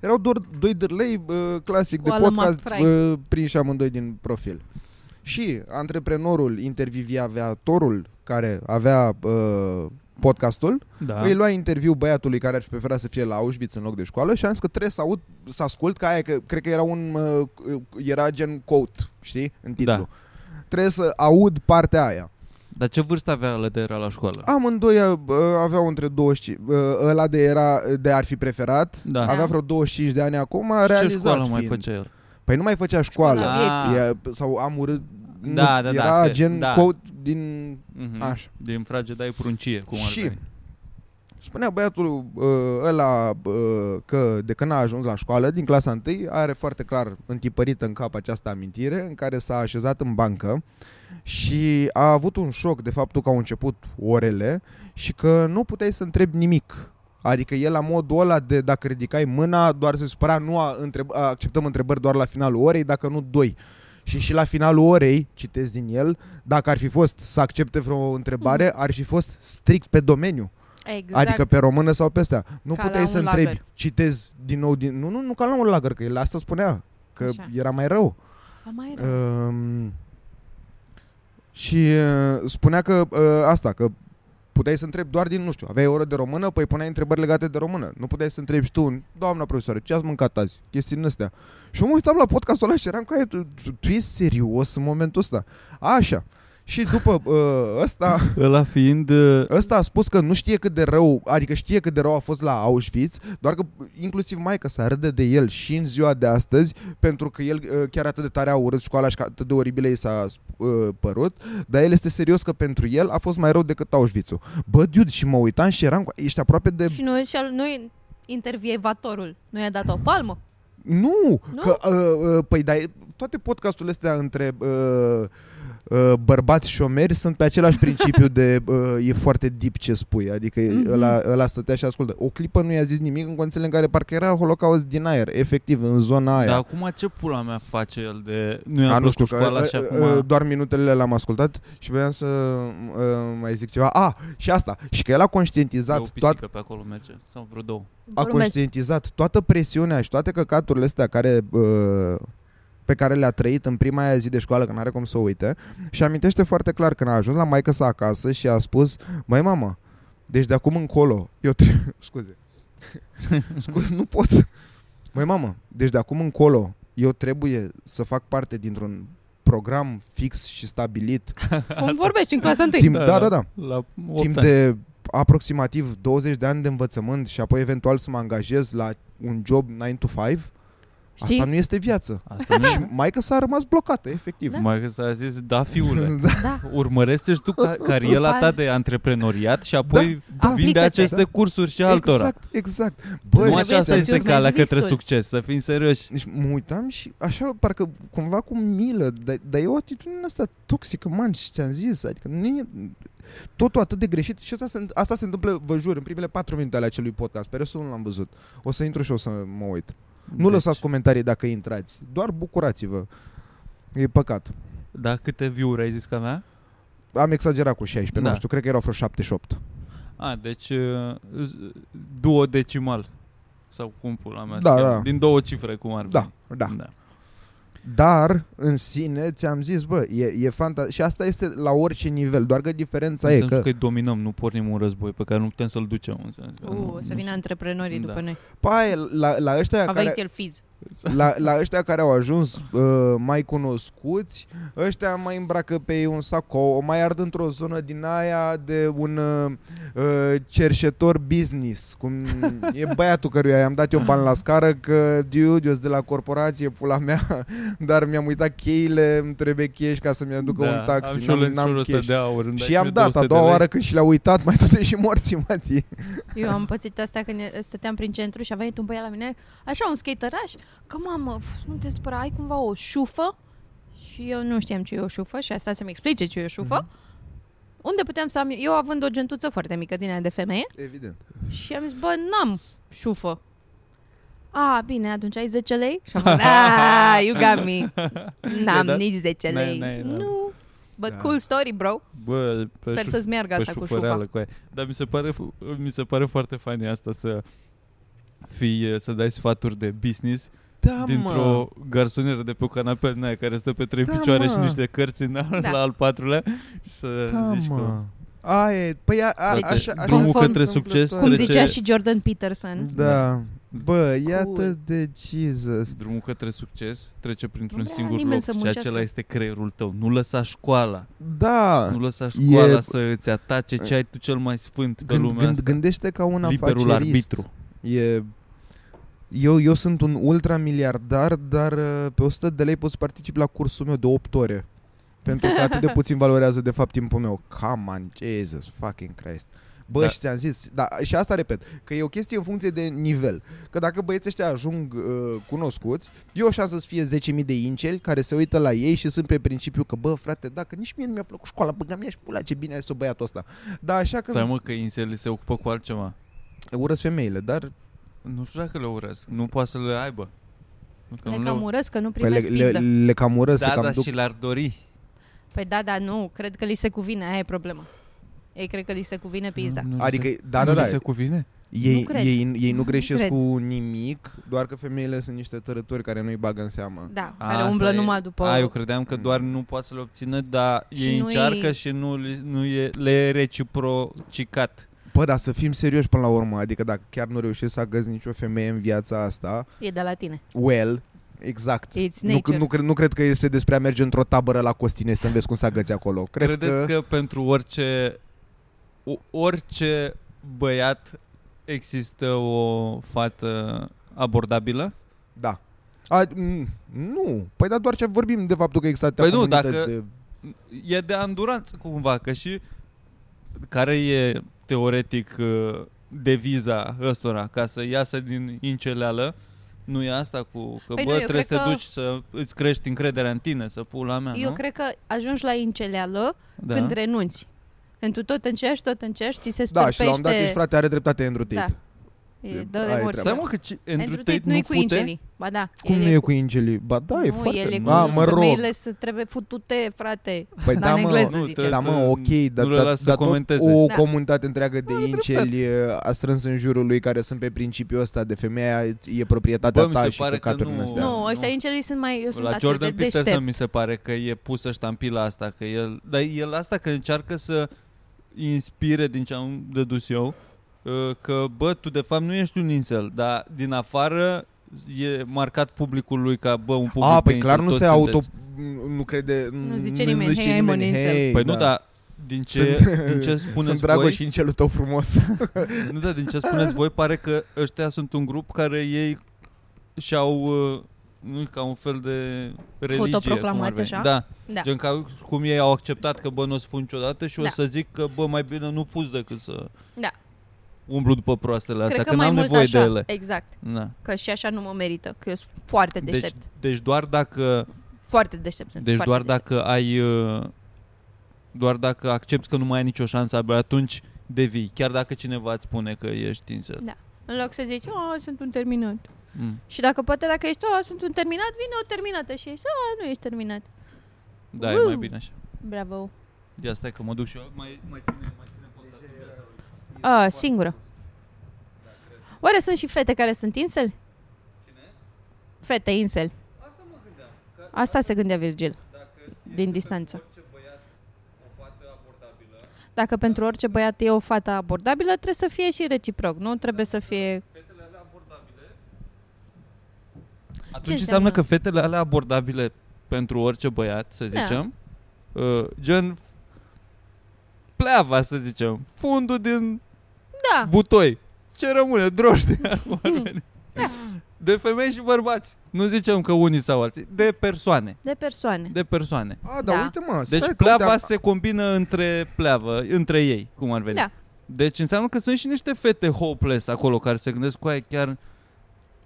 [SPEAKER 2] Erau doar doi dârlei uh, clasic
[SPEAKER 4] Cu
[SPEAKER 2] de
[SPEAKER 4] alămat
[SPEAKER 2] podcast
[SPEAKER 4] frai.
[SPEAKER 2] uh, prinși amândoi din profil. Și antreprenorul, intervieviatorul care avea uh, podcastul,
[SPEAKER 3] Da.
[SPEAKER 2] da. îi lua interviu băiatului care ar fi prefera să fie la Auschwitz în loc de școală și am zis că trebuie să aud, să ascult ca aia, că cred că era un, uh, era gen quote, știi, în titlu.
[SPEAKER 3] Da.
[SPEAKER 2] Da. Trebuie să aud partea aia.
[SPEAKER 3] Dar ce vârstă avea ăla de era la școală?
[SPEAKER 2] Amândoi uh, aveau între 25, uh, ăla de era de ar fi preferat,
[SPEAKER 3] Da.
[SPEAKER 2] da. avea
[SPEAKER 4] Da.
[SPEAKER 2] vreo 25 de ani acum, a
[SPEAKER 3] Și
[SPEAKER 2] realizat
[SPEAKER 3] ce școală mai
[SPEAKER 2] fiind.
[SPEAKER 3] făcea el?
[SPEAKER 2] Păi nu mai făcea școală.
[SPEAKER 4] Școala.
[SPEAKER 3] Ah,
[SPEAKER 2] Ea, sau am urât nu,
[SPEAKER 3] Da, da, da,
[SPEAKER 2] era
[SPEAKER 3] te-
[SPEAKER 2] gen
[SPEAKER 3] da.
[SPEAKER 2] quote din
[SPEAKER 3] mhm.
[SPEAKER 2] așa.
[SPEAKER 3] Din frage dai pruncie, cum ar
[SPEAKER 2] Și-
[SPEAKER 3] veni.
[SPEAKER 2] Spunea băiatul uh, ăla uh, că de când a ajuns la școală, din clasa 1, are foarte clar întipărită în cap această amintire în care s-a așezat în bancă și a avut un șoc de faptul că au început orele și că nu puteai să întrebi nimic. Adică el la modul ăla de dacă ridicai mâna, doar se supăra, nu a întreb, a, acceptăm întrebări doar la finalul orei, dacă nu doi. Și și la finalul orei, citesc din el, dacă ar fi fost să accepte vreo întrebare, ar fi fost strict pe domeniu.
[SPEAKER 4] Exact.
[SPEAKER 2] Exact. Adică pe română sau pe astea. Nu
[SPEAKER 4] Ca
[SPEAKER 2] ca puteai
[SPEAKER 4] la
[SPEAKER 2] să
[SPEAKER 4] un
[SPEAKER 2] întrebi,
[SPEAKER 4] lager.
[SPEAKER 2] citez din nou din... Nu, nu, nu ca la un lagăr, că el asta spunea, că
[SPEAKER 4] Așa.
[SPEAKER 2] Așa. era mai rău.
[SPEAKER 4] A, mai rău.
[SPEAKER 2] Um, și uh, spunea că uh, asta, că puteai să întrebi doar din, nu știu, aveai oră de română, păi puneai întrebări legate de română. Nu puteai să întrebi și tu, doamna profesoară, ce ați mâncat azi? Chestii din astea. Și eu mă uitam la podcastul ăla și eram ca, tu, tu, tu ești serios în momentul ăsta? Așa. Și după uh, ăsta...
[SPEAKER 3] Ăla fiind... uh,
[SPEAKER 2] Ăsta a spus că nu știe cât de rău, adică știe cât de rău a fost la Auschwitz, doar că inclusiv maica să râde de el și în ziua de astăzi, pentru că el uh, chiar atât de tare a urât școala și că atât de oribilă i s-a uh, părut, dar el este serios că pentru el a fost mai rău decât Auschwitz-ul. Bă, dude, și mă uitam și eram, cu- ești aproape de...
[SPEAKER 4] Și nu, și al, nu intervievatorul nu i-a dat o palmă.
[SPEAKER 2] Nu!
[SPEAKER 4] Nu?
[SPEAKER 2] Că, uh, uh, păi, dar toate podcasturile astea între uh, uh, bărbați șomeri sunt pe același principiu de uh, e foarte deep ce spui, adică
[SPEAKER 4] Mhm.
[SPEAKER 2] mm-hmm. ăla, ăla stătea și ascultă. O clipă nu i-a zis nimic în condițiile în care parcă era Holocaust din aer, efectiv, în zona aia.
[SPEAKER 3] Dar acum ce pula mea face el de... Nu
[SPEAKER 2] A,
[SPEAKER 3] Da, i-a
[SPEAKER 2] nu știu,
[SPEAKER 3] plăcut
[SPEAKER 2] că,
[SPEAKER 3] școala și
[SPEAKER 2] uh, uh,
[SPEAKER 3] acum...
[SPEAKER 2] doar minutele l-am ascultat și voiam să uh, mai zic ceva. A, și asta, și că el a
[SPEAKER 3] e
[SPEAKER 2] conștientizat
[SPEAKER 3] o
[SPEAKER 2] toată,
[SPEAKER 3] pisică pe acolo merge. Sau vreo două.
[SPEAKER 2] a
[SPEAKER 4] Urmează.
[SPEAKER 2] conștientizat toată presiunea și toate căcaturile astea care, uh, pe care le-a trăit în prima aia zi de școală, că n-are cum să o uite, și amintește foarte clar când a ajuns la maică sa acasă și a spus, mai mamă, deci de acum încolo, eu trebuie, scuze, scuze, nu pot, mai mamă, deci de acum încolo, eu trebuie să fac parte dintr-un program fix și stabilit,
[SPEAKER 4] Cum vorbești în clasa întâi?
[SPEAKER 2] timp, da, da, da, da
[SPEAKER 3] La opt
[SPEAKER 2] timp
[SPEAKER 3] ani.
[SPEAKER 2] de aproximativ 20 de ani de învățământ și apoi eventual să mă angajez la un job 9 to 5,
[SPEAKER 4] Știi?
[SPEAKER 2] asta nu este viață.
[SPEAKER 3] Asta nu
[SPEAKER 2] Și maica s-a rămas blocată, efectiv.
[SPEAKER 4] Da.
[SPEAKER 3] Mai că s-a zis, da, fiule,
[SPEAKER 4] Da.
[SPEAKER 3] urmărește și tu ca- cariera ta de antreprenoriat și apoi vinde
[SPEAKER 4] da. Aplică-te.
[SPEAKER 3] aceste
[SPEAKER 2] Da.
[SPEAKER 3] cursuri și altora.
[SPEAKER 2] Exact, exact. Bă,
[SPEAKER 3] nu
[SPEAKER 4] Trebuie
[SPEAKER 3] aceasta
[SPEAKER 4] să-ți
[SPEAKER 3] este
[SPEAKER 4] urmezi
[SPEAKER 3] calea către
[SPEAKER 4] visul.
[SPEAKER 3] succes, să fim serioși.
[SPEAKER 2] deci mă uitam și așa, parcă cumva cu milă, dar, dar e o atitudine asta toxică, man, și ți-am zis, adică nu e totul atât de greșit și asta se, asta se întâmplă, vă jur, în primele patru minute ale acelui podcast, pe restul nu l-am văzut. O să intru și o să mă uit. Nu
[SPEAKER 3] Deci,
[SPEAKER 2] lăsați comentarii dacă intrați, doar bucurați-vă. E păcat.
[SPEAKER 3] Da, câte view-uri ai zis că avea?
[SPEAKER 2] Am exagerat cu 16, da.
[SPEAKER 3] Da.
[SPEAKER 2] nu știu, cred că erau vreo 78.
[SPEAKER 3] A, deci uh, duodecimal. Sau cum pula mea se
[SPEAKER 2] Da,
[SPEAKER 3] cheamă?
[SPEAKER 2] da.
[SPEAKER 3] Din două cifre, cum ar fi.
[SPEAKER 2] Da, da.
[SPEAKER 3] da.
[SPEAKER 2] Dar, în sine, ți-am zis, bă, e, e fantastic. Și asta este la orice nivel, doar că diferența
[SPEAKER 3] În
[SPEAKER 2] e
[SPEAKER 3] sensul că...
[SPEAKER 2] că...
[SPEAKER 3] îi dominăm, nu pornim un război pe care nu putem să-l ducem. În sens, că nu,
[SPEAKER 4] Uh, să vină
[SPEAKER 3] nu,
[SPEAKER 4] antreprenorii
[SPEAKER 3] Da.
[SPEAKER 4] după noi.
[SPEAKER 2] Paie, Păi, la, la, ăștia
[SPEAKER 4] Aveai
[SPEAKER 2] care,
[SPEAKER 4] el fiz.
[SPEAKER 2] la, la ăștia care au ajuns uh, mai cunoscuți, ăștia mai îmbracă pe ei un sacou, o mai ard într-o zonă din aia de un uh, uh, cerșetor business. Cum e băiatul căruia i-am dat eu bani la scară că, dude, eu sunt de la corporație, pula mea, dar mi-am uitat cheile, îmi trebuie cash ca să-mi aducă un
[SPEAKER 3] Da, Am
[SPEAKER 2] taxi,
[SPEAKER 3] și o
[SPEAKER 2] n-am,
[SPEAKER 3] lențură
[SPEAKER 2] n-am
[SPEAKER 3] asta
[SPEAKER 2] cash.
[SPEAKER 3] de aur. îmi dai
[SPEAKER 2] Și
[SPEAKER 3] mie
[SPEAKER 2] i-am dat
[SPEAKER 3] 200
[SPEAKER 2] a
[SPEAKER 3] de
[SPEAKER 2] doua
[SPEAKER 3] lei.
[SPEAKER 2] oară când și l-a uitat, mai toate și morții, mati.
[SPEAKER 4] Eu am pățit asta când e- stăteam prin centru și a venit un băiat la mine, așa, un skateraș, că mamă, pf, nu te spăra, ai cumva o șufă? Și eu nu știam ce e o șufă și asta să-mi explice ce e o șufă. Unde puteam să am, eu având o gentuță foarte mică din aia de femeie
[SPEAKER 2] Evident.
[SPEAKER 4] și am zis, bă, n-am șufă. A, bine, atunci ai 10 lei? Și am fost, a, you got me. N-am
[SPEAKER 3] dat?
[SPEAKER 4] nici 10
[SPEAKER 3] da. N-ai-
[SPEAKER 4] lei.
[SPEAKER 3] n-ai, da.
[SPEAKER 4] nu. But
[SPEAKER 2] Da.
[SPEAKER 4] cool story, bro.
[SPEAKER 3] Bă, pe
[SPEAKER 4] Sper
[SPEAKER 3] șu-
[SPEAKER 4] să-ți meargă
[SPEAKER 3] pe
[SPEAKER 4] asta cu șufa.
[SPEAKER 3] șufăreală cu aia. Dar mi se pare, f- mi se pare foarte funny asta să fii, eh, să dai sfaturi de business
[SPEAKER 2] Da,
[SPEAKER 3] dintr-o garsonieră de pe o canapea din aia care stă pe trei
[SPEAKER 2] Da,
[SPEAKER 3] picioare
[SPEAKER 2] mă.
[SPEAKER 3] și niște cărți în al,
[SPEAKER 4] Da.
[SPEAKER 3] la al patrulea și să
[SPEAKER 2] Da,
[SPEAKER 3] zici că...
[SPEAKER 2] mă. Aia, e. păi a, a,
[SPEAKER 3] Frate,
[SPEAKER 2] așa, așa
[SPEAKER 4] Deci, drumul
[SPEAKER 2] se
[SPEAKER 4] către
[SPEAKER 2] întâmplă
[SPEAKER 3] succes
[SPEAKER 2] tot.
[SPEAKER 4] Cum
[SPEAKER 3] Trece-
[SPEAKER 4] zicea și Jordan
[SPEAKER 3] Mm.
[SPEAKER 4] Peterson.
[SPEAKER 2] Da. Bă,
[SPEAKER 4] Cool.
[SPEAKER 2] iată de Jesus.
[SPEAKER 3] Drumul către succes trece printr-un
[SPEAKER 4] Nu vrea
[SPEAKER 3] singur
[SPEAKER 4] Da, nimeni
[SPEAKER 3] loc
[SPEAKER 4] să
[SPEAKER 3] și
[SPEAKER 4] muncească.
[SPEAKER 3] acela este creierul tău. Nu lăsa școala.
[SPEAKER 2] Da.
[SPEAKER 3] Nu lăsa școala
[SPEAKER 2] E-
[SPEAKER 3] să îți atace ce ai tu cel mai sfânt pe
[SPEAKER 2] Gând,
[SPEAKER 3] lumea
[SPEAKER 2] gând,
[SPEAKER 3] asta.
[SPEAKER 2] gândește ca un
[SPEAKER 3] Liberul
[SPEAKER 2] afacerist.
[SPEAKER 3] arbitru.
[SPEAKER 2] E... Eu, eu sunt un ultramiliardar, dar uh, pe 100 de lei pot să particip la cursul meu de 8 ore. Pentru că atât de puțin valorează de fapt timpul meu. Come on, Jesus fucking Christ. Bă,
[SPEAKER 3] Da.
[SPEAKER 2] da. și ți-am zis, da, și asta repet, că e o chestie în funcție de nivel. Că dacă băieții ăștia ajung uh, cunoscuți, e o șansă să fie 10.000 de inceli care se uită la ei și sunt pe principiu că, bă, frate, dacă nici mie nu mi-a plăcut școala, băga mi și pula ce bine ai să băiatul ăsta. Dar așa că
[SPEAKER 3] Stai mă că inselii se ocupă cu altceva.
[SPEAKER 2] urăsc femeile, dar
[SPEAKER 3] Nu știu dacă le urăsc. Nu poate să le aibă. Că
[SPEAKER 4] Le
[SPEAKER 3] nu
[SPEAKER 4] cam urăsc că nu
[SPEAKER 2] păi le,
[SPEAKER 4] primesc
[SPEAKER 2] le,
[SPEAKER 4] pizdă.
[SPEAKER 2] le cam urăsc, se
[SPEAKER 3] Da,
[SPEAKER 2] cam
[SPEAKER 3] dar
[SPEAKER 2] duc
[SPEAKER 3] și le-ar dori.
[SPEAKER 4] Păi da, da, nu, cred că li se cuvine, aia e problema. Ei cred că li se cuvine pizda.
[SPEAKER 3] Nu, nu li
[SPEAKER 2] Adică,
[SPEAKER 3] se,
[SPEAKER 2] da,
[SPEAKER 3] nu
[SPEAKER 2] da,
[SPEAKER 3] li
[SPEAKER 2] da,
[SPEAKER 3] se cuvine?
[SPEAKER 2] ei,
[SPEAKER 4] Nu
[SPEAKER 2] nu
[SPEAKER 4] cred.
[SPEAKER 2] ei, ei nu greșesc
[SPEAKER 4] cred.
[SPEAKER 2] cu nimic, doar că femeile sunt niște tărători care nu-i bagă în seamă.
[SPEAKER 4] Da,
[SPEAKER 3] A,
[SPEAKER 4] care
[SPEAKER 3] asta
[SPEAKER 4] umblă
[SPEAKER 3] e.
[SPEAKER 4] numai după...
[SPEAKER 3] A, eu credeam că doar nu poate să le obțină, dar
[SPEAKER 4] Și
[SPEAKER 3] ei
[SPEAKER 4] nu-i-
[SPEAKER 3] încearcă și nu, li- nu e, le e reciprocicat.
[SPEAKER 2] Bă, dar să fim serioși până la urmă, adică dacă chiar nu reușești să agăzi nicio femeie în viața asta,
[SPEAKER 4] E de la tine.
[SPEAKER 2] well, exact.
[SPEAKER 4] It's
[SPEAKER 2] Nu,
[SPEAKER 4] nature.
[SPEAKER 2] nu, cred, nu cred că este despre a merge într-o tabără la Costine să înveți cum să agăți acolo. Cred
[SPEAKER 3] Credeți că... că pentru orice o- orice băiat există o fată abordabilă?
[SPEAKER 2] Da. A, m- nu. Păi dar doar ce vorbim de faptul că există atâtea
[SPEAKER 3] Păi nu,
[SPEAKER 2] comunități
[SPEAKER 3] dacă-
[SPEAKER 2] de...
[SPEAKER 3] E de anduranță cumva, că și care e teoretic uh, deviza ăstora ca să iasă din inceleală, nu e asta cu că păi
[SPEAKER 4] Păi nu,
[SPEAKER 3] bă, nu,
[SPEAKER 4] eu
[SPEAKER 3] trebuie să te
[SPEAKER 4] cred
[SPEAKER 3] că...
[SPEAKER 4] că-
[SPEAKER 3] duci să îți crești încrederea în tine, să pula mea,
[SPEAKER 4] Eu
[SPEAKER 3] nu?
[SPEAKER 4] cred că ajungi la inceleală
[SPEAKER 3] Da.
[SPEAKER 4] când renunți. Pentru tot încerci, tot încerci, ți se
[SPEAKER 2] Da, și la un
[SPEAKER 4] stârpește...
[SPEAKER 2] dat ești frate, are dreptate Andrew Tate.
[SPEAKER 4] Da. E, dă
[SPEAKER 2] Aia e
[SPEAKER 4] de morți.
[SPEAKER 2] treaba.
[SPEAKER 3] Stai mă că ci, Andrew
[SPEAKER 4] Andrew
[SPEAKER 3] Tate,
[SPEAKER 4] nu-i
[SPEAKER 3] nu
[SPEAKER 4] cu
[SPEAKER 3] fute?
[SPEAKER 4] incelii. Ba da.
[SPEAKER 2] Cum
[SPEAKER 4] el
[SPEAKER 2] nu e cu ingelii? Ba da, e
[SPEAKER 4] nu,
[SPEAKER 2] foarte...
[SPEAKER 4] el e cu
[SPEAKER 2] A, mă rog.
[SPEAKER 4] femeile să trebuie futute, frate.
[SPEAKER 2] Păi
[SPEAKER 4] Dar
[SPEAKER 2] da,
[SPEAKER 4] în
[SPEAKER 2] mă,
[SPEAKER 4] engleză
[SPEAKER 3] nu,
[SPEAKER 4] zice.
[SPEAKER 3] trebuie
[SPEAKER 2] da,
[SPEAKER 3] să
[SPEAKER 2] mă, ok, dar
[SPEAKER 3] nu le
[SPEAKER 2] da,
[SPEAKER 3] las să
[SPEAKER 2] dar tot
[SPEAKER 3] comenteze.
[SPEAKER 2] o
[SPEAKER 4] Da.
[SPEAKER 2] comunitate întreagă de inceli e, a strâns în jurul lui care sunt pe principiul ăsta de femeia e proprietatea
[SPEAKER 3] Bă, mi se
[SPEAKER 2] ta și
[SPEAKER 3] pare că
[SPEAKER 2] căcaturi
[SPEAKER 3] nu-
[SPEAKER 2] din astea.
[SPEAKER 3] Da,
[SPEAKER 4] nu, ăștia
[SPEAKER 3] nu.
[SPEAKER 4] incelii sunt mai... Eu sunt
[SPEAKER 3] La
[SPEAKER 4] atât
[SPEAKER 3] Jordan
[SPEAKER 4] de
[SPEAKER 3] Peterson
[SPEAKER 4] deștept.
[SPEAKER 3] mi se pare că e pusă ștampila asta, că el, dar el asta că încearcă să inspire din ce am dedus eu, uh, că bă, tu de fapt nu ești un incel, dar din afară e marcat publicul lui ca bă, un public
[SPEAKER 2] A,
[SPEAKER 3] de
[SPEAKER 2] păi
[SPEAKER 3] incel,
[SPEAKER 2] clar nu
[SPEAKER 3] toți
[SPEAKER 2] se
[SPEAKER 3] sunteți.
[SPEAKER 2] auto... Nu crede...
[SPEAKER 4] Nu zice nimeni, "Hei, I'm an incel."
[SPEAKER 3] Păi nu, dar din ce,
[SPEAKER 2] da. Sunt-
[SPEAKER 3] din ce
[SPEAKER 2] Sunt
[SPEAKER 3] spuneți voi,
[SPEAKER 2] Dragoș și incelul tău frumos.
[SPEAKER 3] nu, dar din ce spuneți voi, pare că ăștia sunt un grup care ei și-au, uh, nu ca un fel de religie.
[SPEAKER 4] Autoproclamați
[SPEAKER 3] cum ar veni.
[SPEAKER 4] așa?
[SPEAKER 3] Da.
[SPEAKER 4] Da.
[SPEAKER 3] Gen ca cum ei au acceptat că bă nu o să fun niciodată și o
[SPEAKER 4] Da.
[SPEAKER 3] să zic că bă mai bine nu pus decât să
[SPEAKER 4] Da.
[SPEAKER 3] umblu după proastele astea,
[SPEAKER 4] Cred
[SPEAKER 3] că,
[SPEAKER 4] că mai
[SPEAKER 3] n-am
[SPEAKER 4] mult
[SPEAKER 3] nevoie
[SPEAKER 4] așa.
[SPEAKER 3] de ele.
[SPEAKER 4] Exact.
[SPEAKER 3] Da.
[SPEAKER 4] Că și așa nu mă merită, că eu sunt foarte
[SPEAKER 3] Deci,
[SPEAKER 4] deștept.
[SPEAKER 3] deci doar dacă
[SPEAKER 4] foarte deștept sunt.
[SPEAKER 3] deci
[SPEAKER 4] foarte
[SPEAKER 3] doar
[SPEAKER 4] deștept.
[SPEAKER 3] dacă ai uh, doar dacă accepti că nu mai ai nicio șansă abia atunci devii, chiar dacă cineva îți spune că ești incel.
[SPEAKER 4] În loc să zici, oh, sunt un terminat.
[SPEAKER 3] Mm.
[SPEAKER 4] Și dacă poate dacă ești, oh, sunt un terminat, vine o terminată și ești, oh, nu ești terminat.
[SPEAKER 3] Da, e
[SPEAKER 4] Woo!
[SPEAKER 3] mai bine așa.
[SPEAKER 4] Bravo.
[SPEAKER 3] Ia stai că mă duc și eu. Mai, mai ține, mai ține da contact.
[SPEAKER 4] A, singură. Oare sunt și fete care sunt insel? Fete insel.
[SPEAKER 3] Asta mă gândeam.
[SPEAKER 4] Asta se gândea Virgil,
[SPEAKER 3] Dacă
[SPEAKER 4] din distanță.
[SPEAKER 3] orice băiat, o fată abordabilă,
[SPEAKER 4] Dacă pentru orice băiat e o fată abordabilă, trebuie să fie și reciproc, nu trebuie să fie...
[SPEAKER 3] fetele alea abordabile.
[SPEAKER 4] Ce
[SPEAKER 3] Atunci
[SPEAKER 4] înseamnă?
[SPEAKER 3] înseamnă că fetele alea abordabile pentru orice băiat, să
[SPEAKER 4] Da.
[SPEAKER 3] zicem, da. uh, gen pleava, să zicem, fundul din
[SPEAKER 4] Da,
[SPEAKER 3] butoi. Ce rămâne? Drojdea. cum ar veni.
[SPEAKER 4] Da.
[SPEAKER 3] De femei și bărbați. Nu zicem că unii sau alții. De persoane.
[SPEAKER 4] de persoane.
[SPEAKER 3] De persoane.
[SPEAKER 2] A,
[SPEAKER 4] Da.
[SPEAKER 2] da, uite mă, stai
[SPEAKER 3] Deci
[SPEAKER 2] că
[SPEAKER 3] pleava
[SPEAKER 2] uite,
[SPEAKER 3] se combină între pleavă, între ei, cum ar veni.
[SPEAKER 4] Da.
[SPEAKER 3] Deci înseamnă că sunt și niște fete hopeless acolo care se gândesc cu aia chiar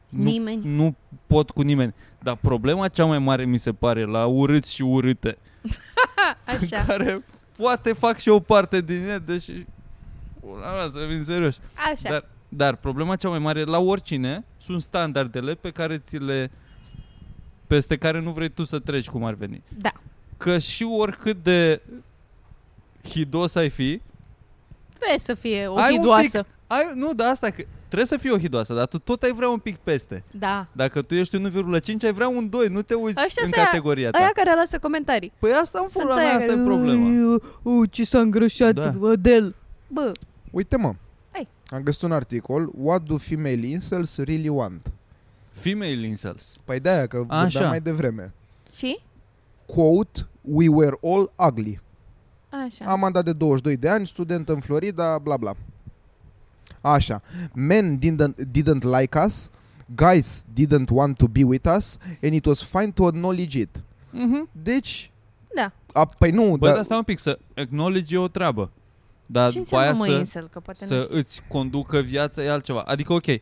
[SPEAKER 3] nu,
[SPEAKER 4] Nimeni.
[SPEAKER 3] nu pot cu nimeni. Dar problema cea mai mare mi se pare la urâți și urâte, Da.
[SPEAKER 4] Ha, așa.
[SPEAKER 3] care poate fac și o parte din ele, deși Ula, mea, să fim serios.
[SPEAKER 4] Așa.
[SPEAKER 3] Dar, dar problema cea mai mare la oricine sunt standardele pe care ți le peste care nu vrei tu să treci cum ar veni.
[SPEAKER 4] Da.
[SPEAKER 3] Că și oricât de hidos ai fi,
[SPEAKER 4] Trebuie să fie o
[SPEAKER 3] Ai un
[SPEAKER 4] hidoasă.
[SPEAKER 3] ai, nu, dar asta, că trebuie să fii o hidoasă, dar tu tot ai vrea un pic peste.
[SPEAKER 4] Da.
[SPEAKER 3] Dacă tu ești 1,5, ai vrea un 2, nu te uiți
[SPEAKER 4] Ăștia
[SPEAKER 3] în
[SPEAKER 4] sunt aia-
[SPEAKER 3] categoria ta.
[SPEAKER 4] Aia care lasă comentarii.
[SPEAKER 3] Păi asta în pula mea, asta e é problema.
[SPEAKER 4] Uh, uh, ce s-a îngrășat,
[SPEAKER 3] Da.
[SPEAKER 4] Adel. Bă,
[SPEAKER 2] Uite mă,
[SPEAKER 4] Hai.
[SPEAKER 2] am găsit un articol, What do female incels really want?
[SPEAKER 3] Female incels.
[SPEAKER 2] Păi de-aia că
[SPEAKER 3] Așa.
[SPEAKER 2] vorbeam mai devreme.
[SPEAKER 4] și?
[SPEAKER 2] Quote, we were all ugly.
[SPEAKER 4] Așa.
[SPEAKER 2] Amanda de 22 de ani, student în Florida, bla bla. Așa. Men didn't, didn't like us, guys didn't want to be with us and it was fine to acknowledge it.
[SPEAKER 3] Mhm.
[SPEAKER 2] Deci...
[SPEAKER 4] Da.
[SPEAKER 2] A, păi nu,
[SPEAKER 3] Bă, da, dar
[SPEAKER 2] dar...
[SPEAKER 3] Păi stai un pic, să acknowledge e o treabă. Dar
[SPEAKER 4] Ce
[SPEAKER 3] după aia
[SPEAKER 4] înseamnă mă
[SPEAKER 3] să,
[SPEAKER 4] incel? Că poate nu
[SPEAKER 3] să
[SPEAKER 4] știu.
[SPEAKER 3] îți conducă viața e altceva. Adică, ok, eu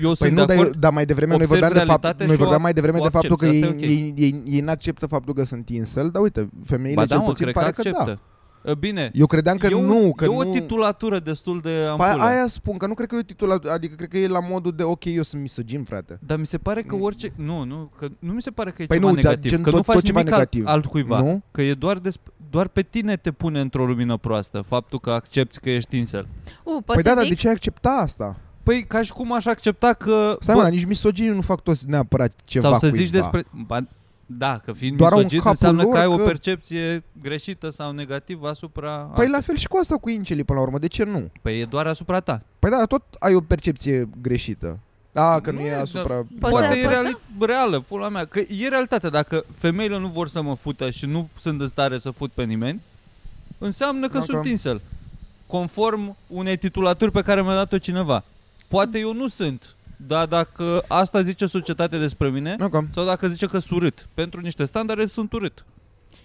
[SPEAKER 2] Păi
[SPEAKER 3] sunt
[SPEAKER 2] nu,
[SPEAKER 3] de
[SPEAKER 2] dar,
[SPEAKER 3] acord.
[SPEAKER 2] dar mai devreme noi
[SPEAKER 3] observ
[SPEAKER 2] vorbeam, de fapt,
[SPEAKER 3] realitatea
[SPEAKER 2] noi
[SPEAKER 3] și o-
[SPEAKER 2] vorbeam mai devreme
[SPEAKER 3] o
[SPEAKER 2] de faptul că
[SPEAKER 3] accepti,
[SPEAKER 2] ei,
[SPEAKER 3] asta e ok.
[SPEAKER 2] ei, ei, ei n-acceptă faptul că sunt incel, dar uite, femeile
[SPEAKER 3] Ba da,
[SPEAKER 2] cel
[SPEAKER 3] mă,
[SPEAKER 2] puțin
[SPEAKER 3] cred că
[SPEAKER 2] pare că, da.
[SPEAKER 3] acceptă. Că Bine,
[SPEAKER 2] Eu credeam că
[SPEAKER 3] e un-
[SPEAKER 2] nu, că
[SPEAKER 3] e
[SPEAKER 2] nu...
[SPEAKER 3] o titulatură destul de
[SPEAKER 2] Pa-
[SPEAKER 3] ampulă.
[SPEAKER 2] Păi aia spun, că nu cred că e o titulatură, adică cred că e la modul de ok, eu sunt misogin, frate.
[SPEAKER 3] Dar mi se pare că
[SPEAKER 2] Mm.
[SPEAKER 3] orice... Nu, nu, că nu mi se pare că e
[SPEAKER 2] Păi
[SPEAKER 3] ceva
[SPEAKER 2] nu, dar
[SPEAKER 3] negativ.
[SPEAKER 2] gen
[SPEAKER 3] că nu
[SPEAKER 2] tot-
[SPEAKER 3] faci
[SPEAKER 2] tot ceva
[SPEAKER 3] nimic alt-
[SPEAKER 2] negativ.
[SPEAKER 3] altcuiva.
[SPEAKER 2] Nu?
[SPEAKER 3] Că e doar, desp- doar pe tine te pune într-o lumină proastă faptul că accepti că ești incel.
[SPEAKER 4] U, pot
[SPEAKER 2] Păi
[SPEAKER 4] să
[SPEAKER 2] da, dar
[SPEAKER 4] zic?
[SPEAKER 2] de ce ai accepta asta?
[SPEAKER 3] Păi ca și cum aș accepta că...
[SPEAKER 2] Stai
[SPEAKER 3] bă,
[SPEAKER 2] mă, dar nici misoginii nu fac toți neapărat ceva
[SPEAKER 3] sau să
[SPEAKER 2] cuiva.
[SPEAKER 3] zici despre... Ba, da, că fiind
[SPEAKER 2] Doar
[SPEAKER 3] Doar
[SPEAKER 2] un
[SPEAKER 3] misogin
[SPEAKER 2] capul
[SPEAKER 3] înseamnă
[SPEAKER 2] lor
[SPEAKER 3] că ai o
[SPEAKER 2] că-
[SPEAKER 3] percepție greșită sau negativă asupra...
[SPEAKER 2] Păi
[SPEAKER 3] alt-
[SPEAKER 2] la fel și cu asta cu incelii până la urmă, de ce nu?
[SPEAKER 3] păi e doar asupra ta.
[SPEAKER 2] Păi da, tot ai o percepție greșită. A, că nu,
[SPEAKER 3] Nu
[SPEAKER 2] e
[SPEAKER 3] e,
[SPEAKER 2] asupra...
[SPEAKER 4] Poți
[SPEAKER 2] Da.
[SPEAKER 4] să-
[SPEAKER 3] Poate e
[SPEAKER 4] poți
[SPEAKER 3] reali- reală, pula mea. Că e realitatea. Dacă femeile nu vor să mă fută și nu sunt în stare să fut pe nimeni, înseamnă că
[SPEAKER 2] Da,
[SPEAKER 3] sunt
[SPEAKER 2] că-
[SPEAKER 3] incel. Conform unei titulaturi pe care mi-a dat-o cineva. Poate eu nu sunt, dar dacă asta zice societatea despre mine,
[SPEAKER 2] Ok.
[SPEAKER 3] sau dacă zice că sunt urât. Pentru niște standarde sunt urât.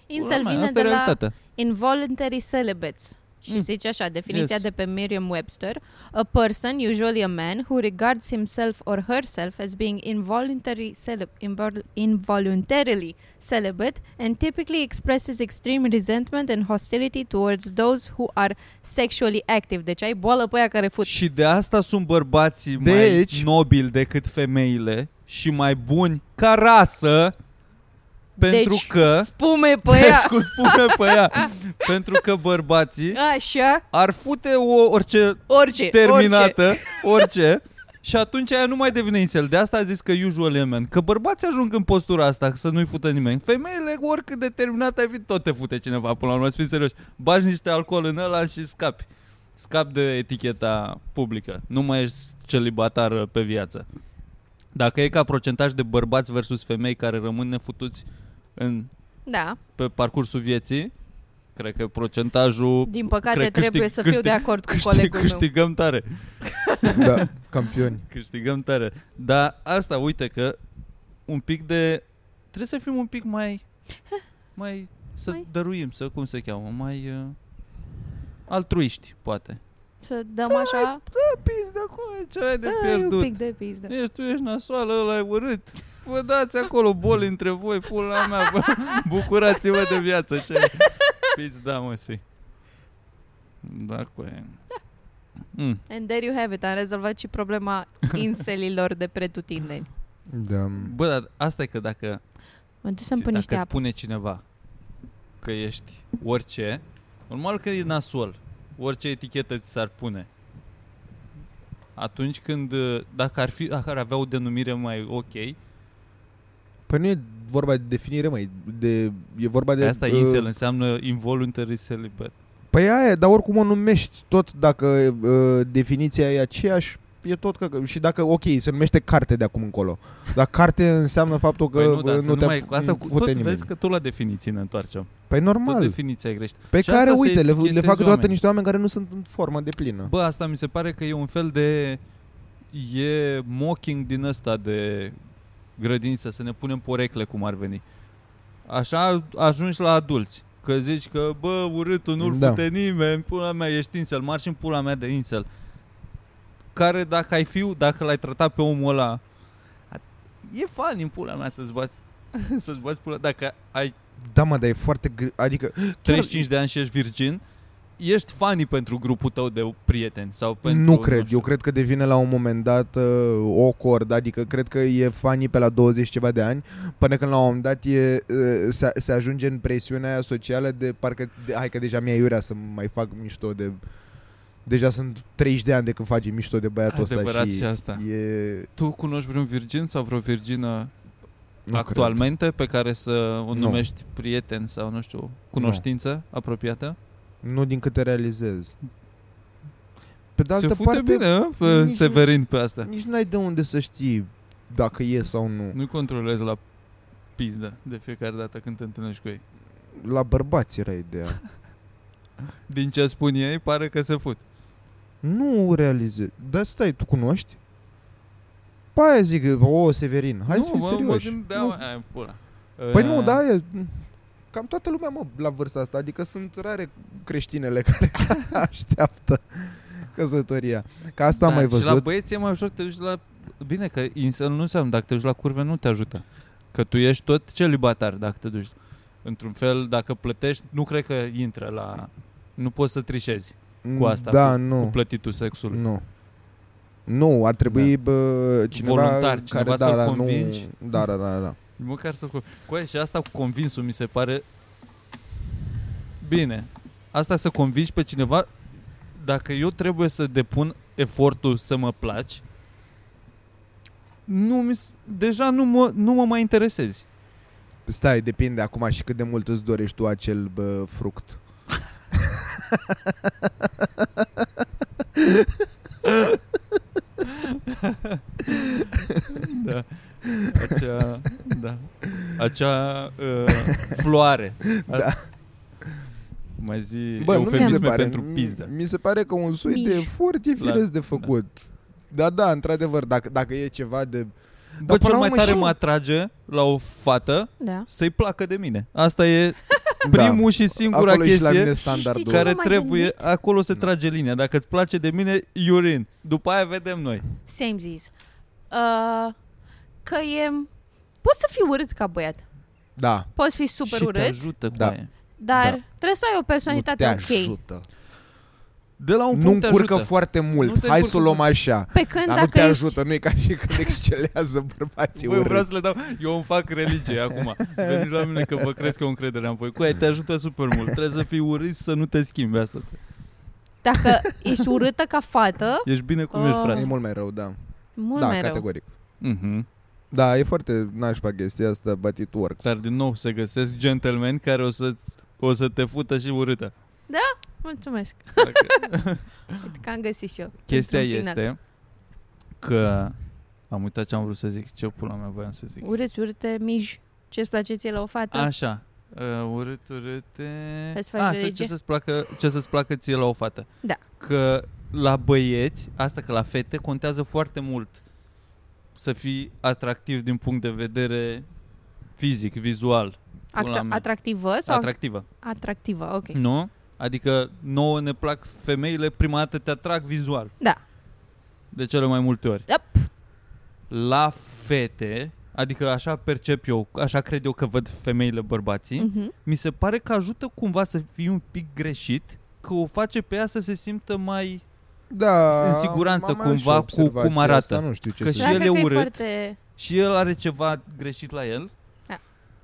[SPEAKER 4] Incel
[SPEAKER 3] Pula mea,
[SPEAKER 4] vine
[SPEAKER 3] asta
[SPEAKER 4] de
[SPEAKER 3] e
[SPEAKER 4] la
[SPEAKER 3] realitatea.
[SPEAKER 4] involuntary celibates. Și
[SPEAKER 3] Mm.
[SPEAKER 4] zice așa, definiția
[SPEAKER 3] Yes.
[SPEAKER 4] de pe Merriam-Webster, a person, usually a man, who regards himself or herself as being involuntary celib- invol- involuntarily celibate and typically expresses extreme resentment and hostility towards those who are sexually active. Deci ai boală pe aia care fut.
[SPEAKER 3] Și de asta sunt bărbații
[SPEAKER 2] Deci-
[SPEAKER 3] mai nobili decât femeile și mai buni ca rasă, pentru
[SPEAKER 4] Deci,
[SPEAKER 3] că...
[SPEAKER 4] Spume pe ea!
[SPEAKER 3] Cu spune pe ea. Pentru că bărbații
[SPEAKER 4] Așa,
[SPEAKER 3] ar fute o orice
[SPEAKER 4] orice, orice.
[SPEAKER 3] terminată, orice, și atunci aia nu mai devine incel. De asta a zis că usual man. Că bărbații ajung în postura asta, să nu-i fută nimeni. Femeile, oricât de terminată ai fi, tot te fute cineva până la urmă, să fim serioși. Bagi niște alcool în ăla și scapi. Scap de eticheta publică. Nu mai ești celibatar pe viață. Dacă e ca procentaj de bărbați versus femei care rămân nefutuți în
[SPEAKER 4] Da,
[SPEAKER 3] pe parcursul vieții, cred că procentajul
[SPEAKER 4] din păcate
[SPEAKER 3] Cred că
[SPEAKER 4] trebuie
[SPEAKER 3] câștig-
[SPEAKER 4] să fiu de
[SPEAKER 3] câștig-
[SPEAKER 4] acord cu
[SPEAKER 3] câștig,
[SPEAKER 4] colegul meu.
[SPEAKER 3] câștigăm tare.
[SPEAKER 2] Da, campioni.
[SPEAKER 3] Câștigăm tare. Dar asta, uite că un pic de... Trebuie să fim un pic mai... Mai... Să
[SPEAKER 4] Mai?
[SPEAKER 3] dăruim, să... Cum se cheamă? Mai... Uh, altruiști, poate.
[SPEAKER 4] Să dăm așa...
[SPEAKER 3] Pis de acolo, ce ai de
[SPEAKER 4] Da, e un
[SPEAKER 3] Păi, pierdut?
[SPEAKER 4] pic de pizdă.
[SPEAKER 3] Ești, Deci tu ești nasoală, ăla e urât. Vă dați acolo boli între voi, pula mea, vă, bucurați-vă de viață. Ce Pici, da, mă, si. Da, cu e. Mm.
[SPEAKER 4] And there you have it. Am rezolvat și problema inselilor de pretutindeni.
[SPEAKER 2] Da.
[SPEAKER 3] Bă, dar asta e că dacă,
[SPEAKER 4] Mă duc să-mi pun
[SPEAKER 3] dacă
[SPEAKER 4] niște apă.
[SPEAKER 3] spune cineva că ești orice, normal că e nasol. Orice etichetă ți s-ar pune. Atunci când, uh, dacă ar, fi, dacă ar avea o denumire mai ok,
[SPEAKER 2] Păi nu e vorba de definire, mai de, e vorba de...
[SPEAKER 3] de, asta
[SPEAKER 2] uh,
[SPEAKER 3] incel înseamnă involuntary celibate.
[SPEAKER 2] Păi aia, e, dar oricum o numești tot dacă uh, definiția e aceeași, e tot că și dacă ok, se numește carte de acum încolo. Dar carte înseamnă faptul că
[SPEAKER 3] Păi nu,
[SPEAKER 2] uh,
[SPEAKER 3] dar
[SPEAKER 2] nu
[SPEAKER 3] nu
[SPEAKER 2] te
[SPEAKER 3] mai, cu asta cu,
[SPEAKER 2] fute
[SPEAKER 3] tot
[SPEAKER 2] nimeni.
[SPEAKER 3] vezi că tot la definiții ne întoarcem.
[SPEAKER 2] Păi
[SPEAKER 3] Tot
[SPEAKER 2] normal.
[SPEAKER 3] definiția e greșită.
[SPEAKER 2] Pe
[SPEAKER 3] Și
[SPEAKER 2] care,
[SPEAKER 3] asta se
[SPEAKER 2] uite, le, le
[SPEAKER 3] etichetezi
[SPEAKER 2] fac toate
[SPEAKER 3] oamenii.
[SPEAKER 2] niște oameni care nu sunt în formă de plină.
[SPEAKER 3] Bă, asta mi se pare că e un fel de... E mocking din ăsta de grădiniță, să ne punem porecle cum ar veni. Așa ajungi la adulți. Că zici că, bă, urâtul nu-l
[SPEAKER 2] Da.
[SPEAKER 3] da. fute nimeni, pula mea, ești incel, marși în pula mea de incel. Care dacă ai fiu, dacă l-ai tratat pe omul ăla, a- e fan în pula mea să-ți bați, să-ți bați pula. Dacă ai
[SPEAKER 2] Da, mă, dar e foarte... gr- Adică...
[SPEAKER 3] 35 de ani și ești virgin, ești fanii pentru grupul tău de prieteni sau pentru...
[SPEAKER 2] nu cred,
[SPEAKER 3] știu.
[SPEAKER 2] eu cred că devine la un moment dat uh, o cordă, adică cred că e fanii pe la 20 ceva de ani, până când la un moment dat e, uh, se, se ajunge în presiunea aia socială de parcă, de, hai că deja mi-e iurea să mai fac mișto de... Deja sunt 30 de ani de când faci mișto de băiatul ăsta
[SPEAKER 3] Adevărat
[SPEAKER 2] și,
[SPEAKER 3] și asta.
[SPEAKER 2] e...
[SPEAKER 3] Tu cunoști vreun virgin sau vreo virgină
[SPEAKER 2] nu
[SPEAKER 3] actualmente pe care să o
[SPEAKER 2] Nu.
[SPEAKER 3] numești prieten sau, nu știu, cunoștință apropiată?
[SPEAKER 2] Cred. Nu din câte realizez. Pe de
[SPEAKER 3] Se
[SPEAKER 2] altă
[SPEAKER 3] fute
[SPEAKER 2] parte,
[SPEAKER 3] bine, hă, pe
[SPEAKER 2] nici nu-
[SPEAKER 3] Severin pe asta.
[SPEAKER 2] nici n-ai de unde să știi dacă e sau nu.
[SPEAKER 3] Nu-i controlezi la pizdă de fiecare dată când te întâlnești cu ei.
[SPEAKER 2] La bărbați era ideea.
[SPEAKER 3] Din ce spun ei, pare că se fut.
[SPEAKER 2] Nu realizez. Dar stai, tu cunoști? Pa aia zic, o, Severin, hai
[SPEAKER 3] nu,
[SPEAKER 2] să fim
[SPEAKER 3] mă, Ă, mă
[SPEAKER 2] serioși. Păi
[SPEAKER 3] gândeam,
[SPEAKER 2] Nu.
[SPEAKER 3] ai, pula.
[SPEAKER 2] Păi nu, da, e... cam toată lumea, mă, la vârsta asta, adică sunt rare creștinele care așteaptă căsătoria. Ca asta am mai
[SPEAKER 3] Da, Și la
[SPEAKER 2] văzut.
[SPEAKER 3] băieți e mai ușor, te duci la... Bine, că insel nu înseamnă, dacă te duci la curve nu te ajută. Că tu ești tot celibatar dacă te duci. Într-un fel, dacă plătești, nu cred că intră la... Nu poți să trișezi cu asta,
[SPEAKER 2] Da, nu.
[SPEAKER 3] cu plătitul sexului.
[SPEAKER 2] Nu. Nu, ar trebui da. bă, cineva
[SPEAKER 3] Voluntar, cineva
[SPEAKER 2] care,
[SPEAKER 3] să-l
[SPEAKER 2] da, da,
[SPEAKER 3] convingi.
[SPEAKER 2] Nu, da, da, da, da.
[SPEAKER 3] Măcar să... Cu aia și asta cu convinsul mi se pare... Bine. Asta să convingi pe cineva... Dacă eu trebuie să depun efortul să mă placi, nu mi s- deja nu mă, nu mă mai interesezi.
[SPEAKER 2] Stai, depinde acum și cât de mult îți dorești tu acel bă, fruct.
[SPEAKER 3] Da. Acea, da. Acea uh, floare.
[SPEAKER 2] Da.
[SPEAKER 3] Mai zi
[SPEAKER 2] Bă, nu mi se
[SPEAKER 3] eufemisme
[SPEAKER 2] pare.
[SPEAKER 3] pentru
[SPEAKER 2] Mi-
[SPEAKER 3] pizdă.
[SPEAKER 2] Mi se pare că un soi de
[SPEAKER 4] Miș.
[SPEAKER 2] efort e
[SPEAKER 3] La-
[SPEAKER 2] firesc de făcut. Da, da, într-adevăr, dacă, dacă e ceva de...
[SPEAKER 3] Bă,
[SPEAKER 2] Dar până
[SPEAKER 3] cel
[SPEAKER 2] la
[SPEAKER 3] mai
[SPEAKER 2] urmă
[SPEAKER 3] tare
[SPEAKER 2] și-
[SPEAKER 3] mă atrage la o fată
[SPEAKER 4] Da.
[SPEAKER 3] să-i placă de mine. Asta e primul și singura
[SPEAKER 2] Da. acolo e și la
[SPEAKER 3] chestie
[SPEAKER 2] mine standardul.
[SPEAKER 4] știi ce
[SPEAKER 3] care
[SPEAKER 4] m-am mai
[SPEAKER 3] trebuie,
[SPEAKER 4] gândit?
[SPEAKER 3] acolo se trage linia. Dacă îți place de mine, Iurin. După aia vedem noi.
[SPEAKER 4] Same zis. Uh, că e... Poți să fii urât ca băiat.
[SPEAKER 2] Da,
[SPEAKER 4] Poți fi super
[SPEAKER 3] și te
[SPEAKER 4] urât,
[SPEAKER 3] ajută cu
[SPEAKER 2] Da.
[SPEAKER 3] aia.
[SPEAKER 4] dar
[SPEAKER 2] Da.
[SPEAKER 4] trebuie să ai o
[SPEAKER 2] nu te
[SPEAKER 4] personalitate ok.
[SPEAKER 2] ajută.
[SPEAKER 3] De la un
[SPEAKER 2] Nu
[SPEAKER 3] punct te
[SPEAKER 2] încurcă
[SPEAKER 3] ajută.
[SPEAKER 2] foarte
[SPEAKER 3] Nu
[SPEAKER 2] mult,
[SPEAKER 3] te
[SPEAKER 2] hai
[SPEAKER 3] încurcă
[SPEAKER 2] să o luăm
[SPEAKER 3] foarte-
[SPEAKER 2] așa.
[SPEAKER 4] Pe când
[SPEAKER 2] Dar
[SPEAKER 4] dacă
[SPEAKER 2] nu te
[SPEAKER 4] ești...
[SPEAKER 2] ajută, nu e ca și când excelează bărbații
[SPEAKER 3] Bă, eu vreau
[SPEAKER 2] urâți.
[SPEAKER 3] să le dau, eu îmi fac religie acum. Veniți la mine că vă cresc eu încredere în voi. Cu aia te ajută super mult. Trebuie să fii urât și să nu te schimbi asta.
[SPEAKER 4] Dacă ești urâtă ca fată,
[SPEAKER 3] Ești bine cum
[SPEAKER 4] Oh.
[SPEAKER 3] ești,
[SPEAKER 2] E
[SPEAKER 3] frate.
[SPEAKER 2] mult mai rău, da.
[SPEAKER 4] mult
[SPEAKER 2] da,
[SPEAKER 4] mai rău.
[SPEAKER 2] categoric.
[SPEAKER 3] Mhm.
[SPEAKER 2] Da, e foarte nașpa chestia asta, but it works.
[SPEAKER 3] Dar din nou se găsesc gentlemen care o să, o să te fută și urâtă.
[SPEAKER 4] Mulțumesc
[SPEAKER 3] Dacă-
[SPEAKER 4] că am găsit și eu.
[SPEAKER 3] Chestia
[SPEAKER 4] într-un final.
[SPEAKER 3] este că am uitat ce am vrut să zic, ce pula mea voiam să zic.
[SPEAKER 4] Urâți, urâte, mij. Ce-ți place ție la o fată?
[SPEAKER 3] Așa. Uh, urât, urâte...
[SPEAKER 4] Da. Hai să faci
[SPEAKER 3] A, să,
[SPEAKER 4] religie?
[SPEAKER 3] ce, să-ți placă, ce să-ți placă ție la o fată.
[SPEAKER 4] Da.
[SPEAKER 3] Că la băieți, asta că la fete, contează foarte mult să fii atractiv din punct de vedere fizic, vizual, pula
[SPEAKER 4] Acta-
[SPEAKER 3] mea. Mm.
[SPEAKER 4] atractivă sau Atrac-
[SPEAKER 3] atractivă.
[SPEAKER 4] atractivă? Ok.
[SPEAKER 3] Nu? Adică nouă ne plac femeile, prima dată te atrag vizual.
[SPEAKER 4] Da.
[SPEAKER 3] De cele mai multe ori.
[SPEAKER 4] Yep.
[SPEAKER 3] La fete, adică așa percep eu, așa cred eu că văd femeile bărbații, mm.
[SPEAKER 4] Mhm.
[SPEAKER 3] mi se pare că ajută cumva să fii un pic greșit, că o face pe ea să se simtă mai...
[SPEAKER 2] Da,
[SPEAKER 3] În siguranță,
[SPEAKER 2] am mai
[SPEAKER 3] cumva,
[SPEAKER 2] și
[SPEAKER 3] cu-
[SPEAKER 2] observația
[SPEAKER 3] cum arată.
[SPEAKER 2] Asta, nu știu ce
[SPEAKER 3] Că
[SPEAKER 2] să
[SPEAKER 3] și
[SPEAKER 4] Dar
[SPEAKER 2] zic.
[SPEAKER 3] el
[SPEAKER 4] cred
[SPEAKER 3] e
[SPEAKER 4] că
[SPEAKER 3] urât.
[SPEAKER 4] foarte...
[SPEAKER 3] Și el are ceva greșit la el,
[SPEAKER 4] Da.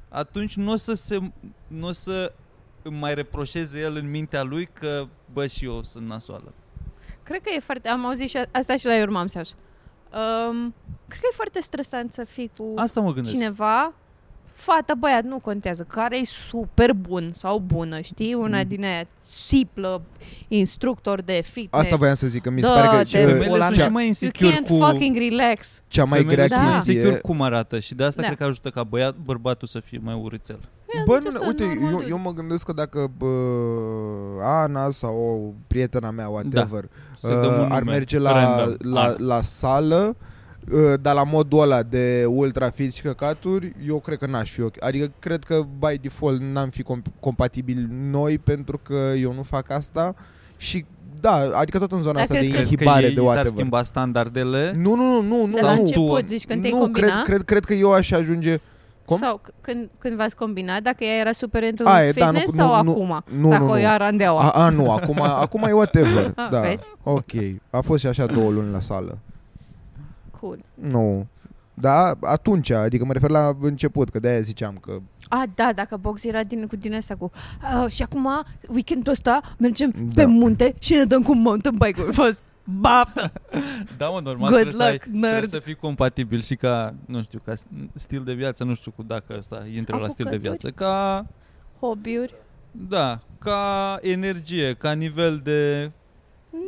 [SPEAKER 3] atunci nu o să se... Nu o să îmi mai reproșeze el în mintea lui că, bă, și eu sunt nasoală.
[SPEAKER 4] Cred că e foarte... Am auzit și a- asta și la Your Mom's House. Um, cred că e foarte stresant să fii cu
[SPEAKER 3] Asta mă gândesc.
[SPEAKER 4] cineva, fată, băiat, nu contează, care e super bun sau bună, știi? Una
[SPEAKER 3] Mm.
[SPEAKER 4] din aia siplă, instructor de fitness.
[SPEAKER 2] asta voiam să zic, că mi se
[SPEAKER 4] Da,
[SPEAKER 2] pare că
[SPEAKER 4] te-
[SPEAKER 2] ce,
[SPEAKER 3] Femeile
[SPEAKER 4] pula
[SPEAKER 3] sunt
[SPEAKER 4] mea.
[SPEAKER 3] și mai
[SPEAKER 4] You
[SPEAKER 3] insecure
[SPEAKER 4] can't
[SPEAKER 3] cu...
[SPEAKER 4] fucking relax.
[SPEAKER 2] cea mai grea
[SPEAKER 3] femeile sunt
[SPEAKER 4] Da.
[SPEAKER 2] chestie...
[SPEAKER 3] insecure cum arată și de asta
[SPEAKER 4] Da.
[SPEAKER 3] cred că ajută ca băiat, bărbatul să fie mai urâțel.
[SPEAKER 2] Bă,
[SPEAKER 4] Păi, Atunci
[SPEAKER 2] nu,
[SPEAKER 4] asta
[SPEAKER 2] uite,
[SPEAKER 4] e normal,
[SPEAKER 2] eu,
[SPEAKER 4] dude.
[SPEAKER 2] eu mă gândesc că dacă bă, Ana sau o prietena mea, whatever,
[SPEAKER 3] Să dăm un
[SPEAKER 2] Uh, ar
[SPEAKER 3] nume
[SPEAKER 2] merge la,
[SPEAKER 3] random.
[SPEAKER 2] la,
[SPEAKER 3] da. Ana.
[SPEAKER 2] la sală, uh, dar la modul ăla de ultra fit și căcaturi, eu cred că n-aș fi ok. Adică cred că by default n-am fi comp- compatibili noi pentru că eu nu fac asta și da, adică tot în zona
[SPEAKER 4] Dar
[SPEAKER 2] asta de
[SPEAKER 4] crezi că-
[SPEAKER 3] Crezi că
[SPEAKER 2] inhibare
[SPEAKER 3] ei
[SPEAKER 2] de
[SPEAKER 3] s-ar
[SPEAKER 2] whatever.
[SPEAKER 3] schimba standardele?
[SPEAKER 2] Nu, nu, nu, nu,
[SPEAKER 4] De la
[SPEAKER 2] nu, nu.
[SPEAKER 4] început, zici, când te-ai
[SPEAKER 2] Nu, cred,
[SPEAKER 4] combina
[SPEAKER 2] cred, cred că eu aș ajunge cum?
[SPEAKER 4] sau c- când, când v-ați combinat, dacă ea era super într
[SPEAKER 2] A, e, da,
[SPEAKER 4] fitness
[SPEAKER 2] nu- nu-
[SPEAKER 4] sau
[SPEAKER 2] nu-
[SPEAKER 4] acum?
[SPEAKER 2] nu,
[SPEAKER 4] dacă
[SPEAKER 2] nu,
[SPEAKER 4] o
[SPEAKER 2] nu.
[SPEAKER 4] ia randeaua.
[SPEAKER 2] A, a, nu, acum, acum e whatever.
[SPEAKER 4] A,
[SPEAKER 2] da.
[SPEAKER 4] Ah, vezi?
[SPEAKER 2] Ok. A fost și așa două luni la sală.
[SPEAKER 4] Cool.
[SPEAKER 2] Nu. Da, atunci, adică mă refer la început, că de-aia ziceam că...
[SPEAKER 4] A, da, dacă box era din, cu din asta cu uh, Și acum, weekendul ăsta, mergem
[SPEAKER 2] Da.
[SPEAKER 4] pe munte și ne dăm cu mountain bike-uri Fost baftă,
[SPEAKER 3] Da, mă, normal
[SPEAKER 4] good
[SPEAKER 3] trebuie,
[SPEAKER 4] luck,
[SPEAKER 3] să ai, trebuie
[SPEAKER 4] nerd
[SPEAKER 3] să fii compatibil și ca, nu știu, ca stil de viață, nu știu cu dacă asta intră la stil de
[SPEAKER 4] Apucături.
[SPEAKER 3] viață, ca,
[SPEAKER 4] Hobby-uri
[SPEAKER 3] da, ca energie, ca nivel de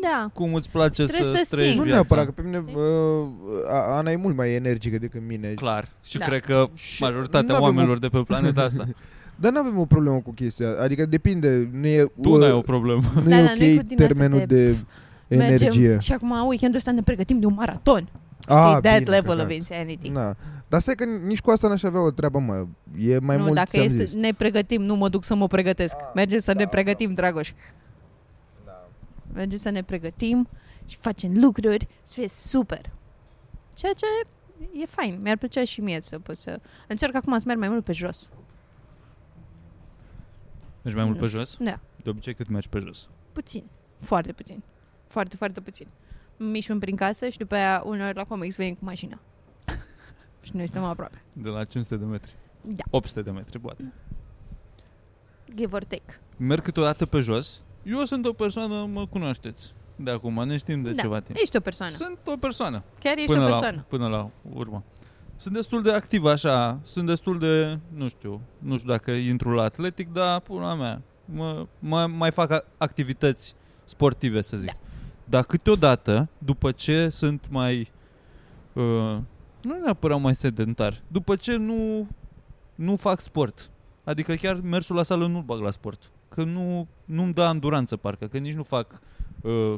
[SPEAKER 4] Da,
[SPEAKER 3] cum îți place
[SPEAKER 4] Trebuie
[SPEAKER 3] să
[SPEAKER 4] să
[SPEAKER 3] trăiești
[SPEAKER 4] simți.
[SPEAKER 2] Nu
[SPEAKER 3] viața.
[SPEAKER 2] neapărat, că pe mine uh, a- Ana e mult mai energică decât mine.
[SPEAKER 3] Clar. Și
[SPEAKER 4] Da.
[SPEAKER 3] cred că
[SPEAKER 2] Și
[SPEAKER 3] majoritatea
[SPEAKER 2] n-avem
[SPEAKER 3] oamenilor de pe planeta asta.
[SPEAKER 2] Dar nu avem o problemă cu chestia, adică depinde, nu e, ă,
[SPEAKER 3] Tu n-ai o problemă.
[SPEAKER 2] nu
[SPEAKER 4] Da,
[SPEAKER 2] e
[SPEAKER 4] da, nu e cu
[SPEAKER 2] ok
[SPEAKER 4] din
[SPEAKER 2] termenul
[SPEAKER 4] asta
[SPEAKER 2] de
[SPEAKER 4] de-
[SPEAKER 2] energie.
[SPEAKER 4] mergem Și acum, weekendul ăsta, ne pregătim de un maraton Știi,
[SPEAKER 2] Ah,
[SPEAKER 4] that
[SPEAKER 2] bine,
[SPEAKER 4] level of
[SPEAKER 2] căcat.
[SPEAKER 4] insanity.
[SPEAKER 2] Da. Dar stai că nici cu asta n-aș avea o treabă, mă. E mai
[SPEAKER 4] nu,
[SPEAKER 2] mult
[SPEAKER 4] dacă
[SPEAKER 2] ți-am
[SPEAKER 4] e
[SPEAKER 2] zis. Ah, da,
[SPEAKER 4] să ne pregătim, nu mă duc să mă pregătesc. Mergem să ne pregătim, Dragoș. Mergem să ne pregătim și facem lucruri să fie super. Ceea ce e fain. Mi-ar plăcea și mie să pot să... Încerc acum să merg mai mult pe jos.
[SPEAKER 3] Mergi mai mult pe jos?
[SPEAKER 4] Da.
[SPEAKER 3] De obicei cât mergi pe jos?
[SPEAKER 4] Puțin. Foarte puțin. Foarte, foarte puțin. Mișun prin casă și după aia uneori la comics venim cu mașina. și noi suntem aproape.
[SPEAKER 3] De la 500 de metri.
[SPEAKER 4] Da.
[SPEAKER 3] 800 de metri, poate.
[SPEAKER 4] Give or take.
[SPEAKER 3] Merg câteodată pe jos. Eu sunt o persoană, mă cunoașteți. De acum, ne știm de
[SPEAKER 4] da.
[SPEAKER 3] ceva timp.
[SPEAKER 4] Ești o persoană.
[SPEAKER 3] Sunt o persoană.
[SPEAKER 4] Chiar ești
[SPEAKER 3] până La,
[SPEAKER 4] o persoană.
[SPEAKER 3] până la urmă. Sunt destul de activ așa, sunt destul de, nu știu, nu știu dacă intru la atletic, dar pula mea, mă, mă, mai fac a- activități sportive, să zic.
[SPEAKER 4] Da.
[SPEAKER 3] Dar câteodată, după ce sunt mai, uh, nu neapărat mai sedentar, după ce nu, nu fac sport, adică chiar mersul la sală nu-l bag la sport, că nu, nu-mi dă anduranță parcă, că nici nu fac uh,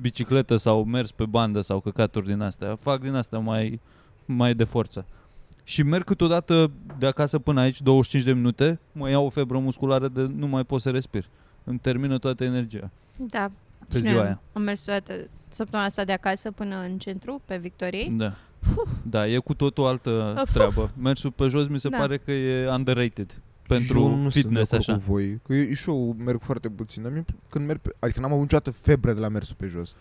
[SPEAKER 3] bicicletă sau mers pe bandă sau căcaturi din astea. Fac din astea mai, mai de forță. Și merg câteodată de acasă până aici, 25 de minute, mă iau o febră musculară de nu mai pot să respir. Îmi termină toată energia.
[SPEAKER 4] Da.
[SPEAKER 3] Pe
[SPEAKER 4] Cine
[SPEAKER 3] ziua
[SPEAKER 4] am-
[SPEAKER 3] aia.
[SPEAKER 4] Am mers toată săptămâna asta de acasă până în centru, pe Victoriei.
[SPEAKER 3] Da. Da, e cu tot o altă
[SPEAKER 4] Uf.
[SPEAKER 3] treabă. Mersul pe jos mi se
[SPEAKER 4] Da.
[SPEAKER 3] pare că e underrated
[SPEAKER 2] Eu
[SPEAKER 3] pentru
[SPEAKER 2] nu sunt de
[SPEAKER 3] fitness
[SPEAKER 2] acord
[SPEAKER 3] așa.
[SPEAKER 2] Cu voi. Că eu, și eu merg foarte puțin. Dar mie, când merg pe, adică n-am avut niciodată febră de la mersul pe jos.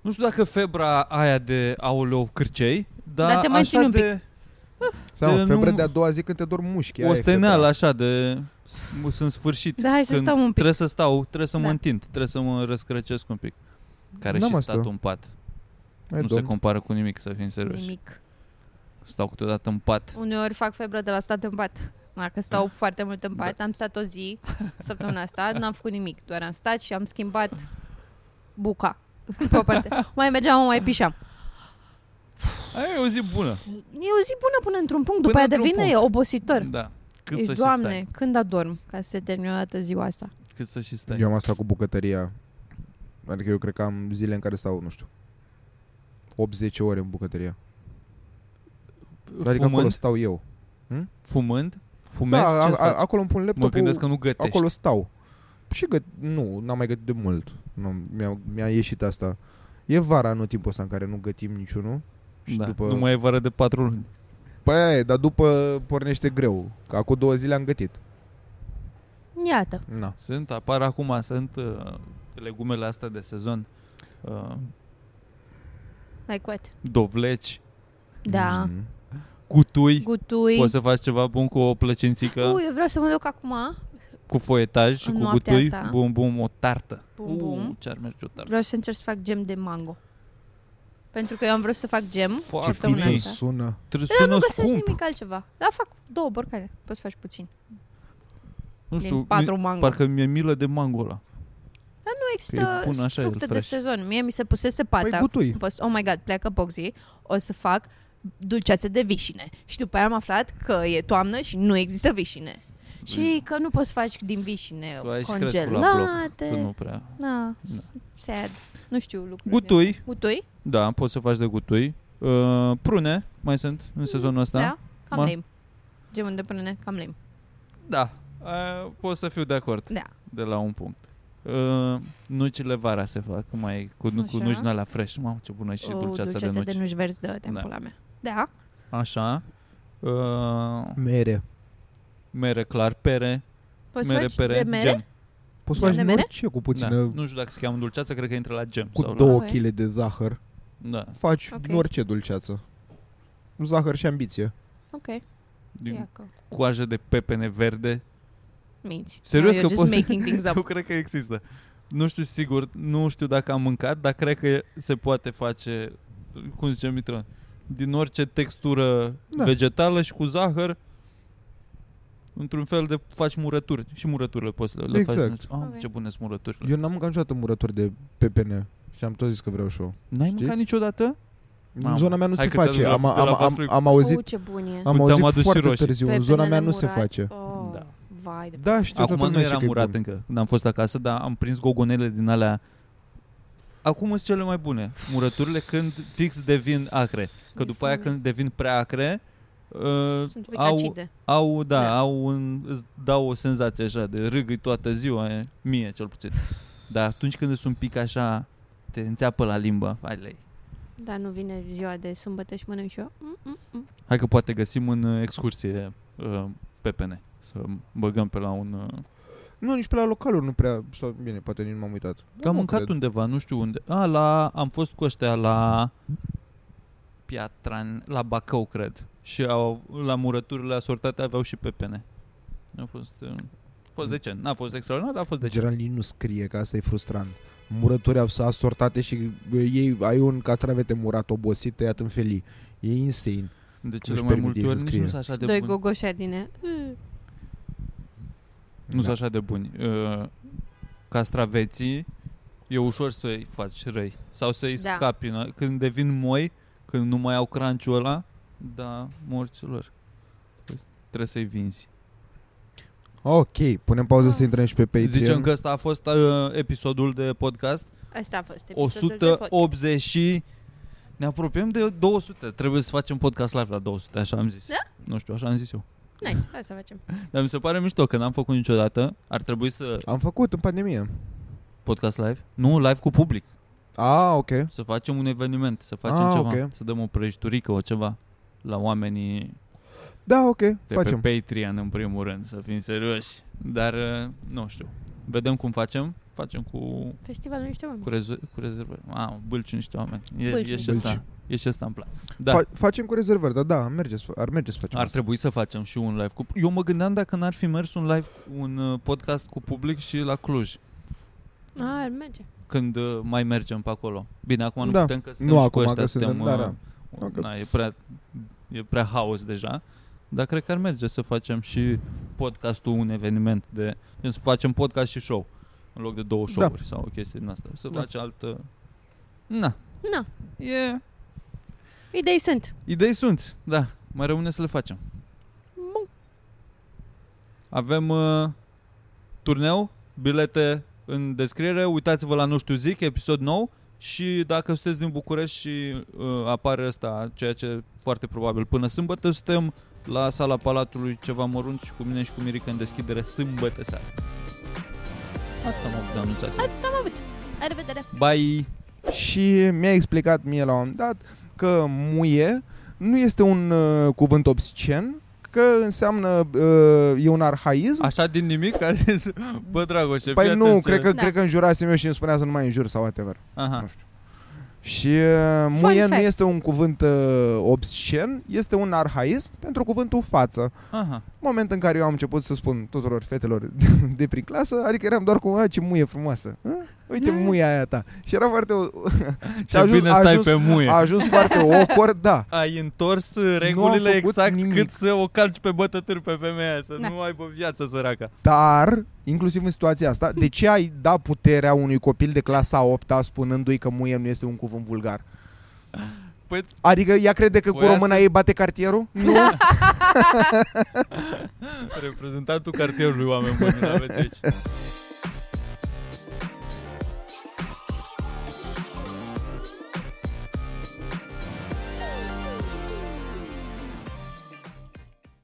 [SPEAKER 3] Nu știu dacă febra aia de aoleu cârcei, dar
[SPEAKER 4] Dar te mai
[SPEAKER 3] așa
[SPEAKER 4] țin un
[SPEAKER 3] de...
[SPEAKER 4] pic.
[SPEAKER 2] Seama,
[SPEAKER 3] De
[SPEAKER 2] febră
[SPEAKER 3] nu-
[SPEAKER 2] de a doua zi când te dor mușchi.
[SPEAKER 3] o
[SPEAKER 2] aia e
[SPEAKER 3] steneală
[SPEAKER 2] febra.
[SPEAKER 3] așa de s- m- sunt sfârșit.
[SPEAKER 4] Da, hai să
[SPEAKER 3] Când
[SPEAKER 4] stau un pic.
[SPEAKER 3] Trebuie să stau, trebuie să mă
[SPEAKER 4] Da.
[SPEAKER 3] întind, trebuie să mă răscrăcesc un pic. Care
[SPEAKER 2] N-am
[SPEAKER 3] și
[SPEAKER 2] asta.
[SPEAKER 3] statul în pat.
[SPEAKER 2] Ai
[SPEAKER 3] nu se
[SPEAKER 2] domn.
[SPEAKER 3] compară cu nimic, să fim serios.
[SPEAKER 4] Nimic.
[SPEAKER 3] Stau câteodată în pat.
[SPEAKER 4] Uneori fac febră de la stat în pat. Dacă stau
[SPEAKER 3] Da.
[SPEAKER 4] foarte mult în pat, am stat o zi săptămâna asta, n-am făcut nimic, doar am stat și am schimbat buca. Pe o parte. Mai mergeam, mă mai pișam.
[SPEAKER 3] Aia e o zi bună.
[SPEAKER 4] E o zi bună până într-un punct, după
[SPEAKER 3] Până
[SPEAKER 4] aia
[SPEAKER 3] într-un
[SPEAKER 4] devine
[SPEAKER 3] punct.
[SPEAKER 4] obositor.
[SPEAKER 3] Da. Cât
[SPEAKER 4] Ești,
[SPEAKER 3] să și
[SPEAKER 4] doamne, când adorm ca să se termine o dată ziua asta?
[SPEAKER 3] stai. Cât să și stai.
[SPEAKER 2] Eu am asta cu bucătăria. Adică eu cred că am zile în care stau, nu știu, 80 ore în bucătăria. Dar Adică acolo
[SPEAKER 3] fumând,
[SPEAKER 2] stau eu.
[SPEAKER 3] fumând, fumezi,
[SPEAKER 2] Da,
[SPEAKER 3] ce
[SPEAKER 2] a, a,
[SPEAKER 3] faci?
[SPEAKER 2] acolo îmi pun
[SPEAKER 3] Mă
[SPEAKER 2] laptopul.
[SPEAKER 3] gândesc că nu gătești.
[SPEAKER 2] Acolo stau. Și gă- nu, n-am mai gătit de mult. Nu, mi-a, mi-a ieșit asta. E vara, nu timpul ăsta în care nu gătim niciunul. Și
[SPEAKER 3] da.
[SPEAKER 2] după...
[SPEAKER 3] Nu mai e vară de patru luni.
[SPEAKER 2] Păi aia e, dar după pornește greu. Că acum două zile am gătit.
[SPEAKER 4] Iată.
[SPEAKER 2] Na.
[SPEAKER 3] Sunt, apar acum, sunt uh, legumele astea de sezon. Uh,
[SPEAKER 4] Ai coate.
[SPEAKER 3] dovleci,
[SPEAKER 4] Da.
[SPEAKER 3] Mm-hmm.
[SPEAKER 2] Mm.
[SPEAKER 3] cutui.
[SPEAKER 4] Gutui.
[SPEAKER 3] Poți să faci ceva bun cu o plăcințică.
[SPEAKER 4] Păi- Ui, eu vreau să mă duc acum.
[SPEAKER 3] cu foietaj și
[SPEAKER 4] În
[SPEAKER 3] cu
[SPEAKER 4] noaptea
[SPEAKER 3] gutui,
[SPEAKER 4] asta.
[SPEAKER 3] bum bum, o tartă.
[SPEAKER 4] Bum, bum.
[SPEAKER 3] Uh, ce-ar merge o tartă?
[SPEAKER 4] Vreau să încerc să fac gem de mango. Pentru că eu am vrut să fac gem
[SPEAKER 3] Foarte
[SPEAKER 2] Ce
[SPEAKER 4] săptămâna
[SPEAKER 3] fiță
[SPEAKER 2] fiță
[SPEAKER 4] asta.
[SPEAKER 2] sună.
[SPEAKER 3] Trebuie
[SPEAKER 4] Dar
[SPEAKER 3] să
[SPEAKER 4] nu
[SPEAKER 3] nu
[SPEAKER 4] găsești
[SPEAKER 3] scump.
[SPEAKER 4] nimic altceva. Da, fac două borcane. Poți să faci puțin.
[SPEAKER 3] Nu
[SPEAKER 4] din
[SPEAKER 3] știu,
[SPEAKER 4] patru
[SPEAKER 3] mi-
[SPEAKER 4] mango.
[SPEAKER 3] parcă mi-e milă de mango ăla.
[SPEAKER 4] Nu există
[SPEAKER 3] bun așa el,
[SPEAKER 4] fructe de
[SPEAKER 3] fresh.
[SPEAKER 4] sezon. Mie mi se pusese pata.
[SPEAKER 2] Păi gutui.
[SPEAKER 4] Am fost, oh my god, pleacă Boxy, o să fac dulceață de vișine. Și după aia am aflat că e toamnă și nu există vișine. Și că nu poți să faci din vișine
[SPEAKER 3] Tu ai și crescut la bloc. Tu nu
[SPEAKER 4] congelate.
[SPEAKER 3] prea.
[SPEAKER 4] Na, sad. Nu știu lucruri.
[SPEAKER 3] Gutui,
[SPEAKER 4] Gutui?
[SPEAKER 3] da, poți să faci de gutui. Uh, prune, mai sunt în sezonul ăsta.
[SPEAKER 4] Da. da? Cam
[SPEAKER 3] Ma-
[SPEAKER 4] lame. Gemul de prune, cam lame.
[SPEAKER 3] Da, uh, pot să fiu de acord
[SPEAKER 4] Da.
[SPEAKER 3] de la un punct. Uh, nucile vara se fac mai cu, cu
[SPEAKER 4] Așa.
[SPEAKER 3] nuci din alea fresh. Mamă, ce bună e și
[SPEAKER 4] O,
[SPEAKER 3] dulceața, de nuci.
[SPEAKER 4] de nuci verzi de timpul
[SPEAKER 3] Da.
[SPEAKER 4] da. mea. Da.
[SPEAKER 3] Așa. Uh,
[SPEAKER 2] Mere.
[SPEAKER 3] mere clar, pere,
[SPEAKER 4] Poți să
[SPEAKER 3] mere,
[SPEAKER 4] faci
[SPEAKER 3] pere,
[SPEAKER 4] Păi de mere?
[SPEAKER 3] gem.
[SPEAKER 2] Poți
[SPEAKER 4] Da.
[SPEAKER 2] să
[SPEAKER 4] De
[SPEAKER 2] faci
[SPEAKER 4] mere?
[SPEAKER 2] orice cu
[SPEAKER 3] Da.
[SPEAKER 2] puțină...
[SPEAKER 3] Nu știu dacă se cheamă dulceață, cred că intră la gem.
[SPEAKER 2] Cu
[SPEAKER 3] sau
[SPEAKER 2] două
[SPEAKER 4] Ah, e.
[SPEAKER 2] kg de zahăr.
[SPEAKER 3] La... Da.
[SPEAKER 2] Faci
[SPEAKER 4] Ok.
[SPEAKER 2] din orice dulceață. Zahăr și ambiție.
[SPEAKER 4] Ok,
[SPEAKER 3] Din
[SPEAKER 4] ia că
[SPEAKER 3] coajă de pepene verde.
[SPEAKER 4] minți.
[SPEAKER 3] Serios
[SPEAKER 4] no,
[SPEAKER 3] că
[SPEAKER 4] you're
[SPEAKER 3] poți
[SPEAKER 4] just
[SPEAKER 3] să-
[SPEAKER 4] making things
[SPEAKER 3] Eu
[SPEAKER 4] up.
[SPEAKER 3] cred că există. Nu știu sigur, nu știu dacă am mâncat, dar cred că se poate face, cum zice Mitran, din orice textură da.
[SPEAKER 2] Da.
[SPEAKER 3] vegetală și cu zahăr, într-un fel de faci murături. Și murăturile poți să le, le faci.
[SPEAKER 2] Exact.
[SPEAKER 3] Ah,
[SPEAKER 4] Ok.
[SPEAKER 3] ce bune sunt murăturile.
[SPEAKER 2] Eu n-am mâncat niciodată murături de pepene. Și am tot zis că vreau și eu.
[SPEAKER 3] N-ai
[SPEAKER 2] știți?
[SPEAKER 3] mâncat niciodată? Mamă,
[SPEAKER 2] În zona mea nu
[SPEAKER 3] hai
[SPEAKER 2] se
[SPEAKER 3] că ți-am
[SPEAKER 2] face.
[SPEAKER 3] dat
[SPEAKER 2] Am,
[SPEAKER 3] de la
[SPEAKER 2] am,
[SPEAKER 3] past
[SPEAKER 2] am,
[SPEAKER 3] week.
[SPEAKER 2] am auzit,
[SPEAKER 4] Oh, ce bun e.
[SPEAKER 2] am
[SPEAKER 3] Ți-am
[SPEAKER 2] auzit
[SPEAKER 3] adus și
[SPEAKER 2] foarte
[SPEAKER 3] roșii.
[SPEAKER 2] târziu. În zona mea
[SPEAKER 4] Pepenele
[SPEAKER 2] nu se
[SPEAKER 4] murat.
[SPEAKER 2] face.
[SPEAKER 4] Oh,
[SPEAKER 3] Da.
[SPEAKER 4] Vai de
[SPEAKER 2] Da, știu
[SPEAKER 3] Acum
[SPEAKER 2] toată
[SPEAKER 3] nu
[SPEAKER 2] lumea
[SPEAKER 3] era
[SPEAKER 2] și că e
[SPEAKER 3] murat
[SPEAKER 2] bun.
[SPEAKER 3] încă, când am fost acasă, dar am prins gogonele din alea Acum sunt cele mai bune murăturile când fix devin acre. Că după aia când devin prea acre, uh,
[SPEAKER 4] Ah, Sunt
[SPEAKER 3] au,
[SPEAKER 4] opacide.
[SPEAKER 3] au, da,
[SPEAKER 4] Da.
[SPEAKER 3] au un, îți dau o senzație așa de râgâi toată ziua, e, mie cel puțin. Dar atunci când sunt un pic așa, te înțeapă la limbă, hai lei.
[SPEAKER 4] Da, nu vine ziua de sâmbătă și mănânc și eu. Mm, mm, mm.
[SPEAKER 3] Hai că poate găsim în uh, excursie uh, PPN, să băgăm pe la un... Uh,
[SPEAKER 2] Nu, nici pe la localuri nu prea... Sau, bine, poate nici nu m-am uitat.
[SPEAKER 3] Că am
[SPEAKER 2] Nu
[SPEAKER 3] mâncat
[SPEAKER 2] cred.
[SPEAKER 3] undeva, nu știu unde. A, la, am fost cu ăștia la Piatran, la Bacău, cred. Și au, la murăturile asortate aveau și pepene. A fost, uh, a fost
[SPEAKER 2] Mm.
[SPEAKER 3] decent. N-a fost extraordinar, dar a fost
[SPEAKER 2] Deci
[SPEAKER 3] decent.
[SPEAKER 2] Geralin nu scrie, că asta e frustrant. Murături abs- asortate și bă, ei, ai un castravete murat obosit tăiat în felii. E insane.
[SPEAKER 3] De cele
[SPEAKER 2] își
[SPEAKER 3] mai
[SPEAKER 2] permite
[SPEAKER 3] multe
[SPEAKER 2] ei să
[SPEAKER 3] ori nici
[SPEAKER 2] scrie.
[SPEAKER 3] nu sunt așa de
[SPEAKER 4] Doi
[SPEAKER 3] buni.
[SPEAKER 4] gogoșari din ea. Mm.
[SPEAKER 2] Da.
[SPEAKER 3] Nu sunt așa de buni. Uh, castraveții, e ușor să-i faci răi. Sau să-i
[SPEAKER 4] Da.
[SPEAKER 3] scapi. na- Când devin moi, când nu mai au cranciul ăla, da, morților. Trebuie să-i vinzi.
[SPEAKER 2] Da. Ok, punem pauză să intrăm și pe Patreon.
[SPEAKER 3] Zicem că ăsta a fost uh, episodul de podcast
[SPEAKER 4] Asta a fost episodul de podcast.
[SPEAKER 3] 180 și ne apropiem de 200. Trebuie să facem podcast live la 200, așa am zis.
[SPEAKER 4] Da?
[SPEAKER 3] Nu știu, așa am zis eu.
[SPEAKER 4] Nice, hai să facem.
[SPEAKER 3] Dar mi se pare mișto că n-am făcut niciodată. Ar trebui să
[SPEAKER 2] Am făcut în pandemie.
[SPEAKER 3] podcast live? Nu, live cu public.
[SPEAKER 2] A, ok.
[SPEAKER 3] Să facem un eveniment, să facem
[SPEAKER 2] Ah,
[SPEAKER 3] ceva,
[SPEAKER 2] ok.
[SPEAKER 3] să dăm o prăjiturică, o ceva la oamenii
[SPEAKER 2] Da, ok,
[SPEAKER 3] de
[SPEAKER 2] facem.
[SPEAKER 3] pe Patreon în primul rând, să fim serioși. Dar uh, nu știu. Vedem cum facem. Facem cu
[SPEAKER 4] Festivalul niște oameni.
[SPEAKER 3] Cu, rezo- cu rezervări. A, bâlci niște oameni. E,
[SPEAKER 4] Bâlci
[SPEAKER 3] e și
[SPEAKER 4] niște
[SPEAKER 3] asta.
[SPEAKER 2] oameni.
[SPEAKER 3] E și asta îmi place. Da.
[SPEAKER 2] Fa- facem cu rezervări, dar da, merge, să- ar merge să facem
[SPEAKER 3] Ar
[SPEAKER 2] asta.
[SPEAKER 3] trebui să facem și un live cu... Eu mă gândeam dacă n-ar fi mers un live, un uh, podcast cu public și la Cluj.
[SPEAKER 4] Ah, ar merge.
[SPEAKER 3] Când uh, mai mergem pe acolo. Bine, acum nu
[SPEAKER 2] Da.
[SPEAKER 3] putem că suntem
[SPEAKER 2] Nu
[SPEAKER 3] și
[SPEAKER 2] acum,
[SPEAKER 3] cu ăștia,
[SPEAKER 2] că suntem,
[SPEAKER 3] uh,
[SPEAKER 2] dar da. Ok.
[SPEAKER 3] na, e prea, e prea haos deja. Dar cred că ar merge să facem și podcastul un eveniment de... gen Să facem podcast și show. În loc de două
[SPEAKER 2] Da.
[SPEAKER 3] show-uri sau o chestie din asta. Să
[SPEAKER 2] Da.
[SPEAKER 3] faci altă... Na,
[SPEAKER 4] Na,
[SPEAKER 3] e...
[SPEAKER 4] idei sunt.
[SPEAKER 3] Idei sunt, da. Mai rămâne să le facem.
[SPEAKER 4] Bun.
[SPEAKER 3] Avem uh, turneu, bilete în descriere, uitați-vă la Nu știu zic, episod nou și dacă sunteți din București și uh, apare ăsta, ceea ce foarte probabil până sâmbătă, suntem la sala Palatului ceva mărunt și cu mine și cu Mirica în deschidere sâmbătă seara. Asta m-am de anunțat.
[SPEAKER 4] Am avut. La revedere.
[SPEAKER 3] Bye!
[SPEAKER 2] Și mi-a explicat mie la un moment dat că muie nu este un uh, cuvânt obscen, că înseamnă, uh, e un arhaism.
[SPEAKER 3] Așa din nimic a zis, bă Dragoșe, fii
[SPEAKER 2] Păi nu,
[SPEAKER 3] atent,
[SPEAKER 2] cred că,
[SPEAKER 4] Da.
[SPEAKER 2] cred că înjurasem eu și îmi spunea să nu mai înjur sau whatever.
[SPEAKER 3] Aha.
[SPEAKER 2] Și uh, muie nu
[SPEAKER 4] fact.
[SPEAKER 2] este un cuvânt uh, obscen, este un arhaism pentru cuvântul față.
[SPEAKER 3] Aha.
[SPEAKER 2] Moment în care eu am început să spun tuturor fetelor de prin clasă, adică eram doar cu, a, ce muie frumoasă. Hă? Uite
[SPEAKER 4] Da.
[SPEAKER 2] muia aia ta. Și era foarte...
[SPEAKER 3] Ce
[SPEAKER 2] ajuns-
[SPEAKER 3] bine stai
[SPEAKER 2] ajuns-
[SPEAKER 3] pe muie.
[SPEAKER 2] A ajuns foarte awkward, da.
[SPEAKER 3] Ai întors uh, regulile
[SPEAKER 2] făcut
[SPEAKER 3] exact
[SPEAKER 2] nimic.
[SPEAKER 3] cât să o calci pe bătătâri pe femeia aia, să
[SPEAKER 4] Da.
[SPEAKER 3] nu aibă viață săraca.
[SPEAKER 2] Dar, inclusiv în situația asta, de ce ai da puterea unui copil de clasa 8 spunându-i că muie nu este un cuvânt vulgar?
[SPEAKER 3] Păi-
[SPEAKER 2] Adică ea crede că cu
[SPEAKER 3] Voia
[SPEAKER 2] româna
[SPEAKER 3] să-
[SPEAKER 2] ei bate cartierul? Nu.
[SPEAKER 3] Reprezentantul cartierului oameni buni, nu aveți aici.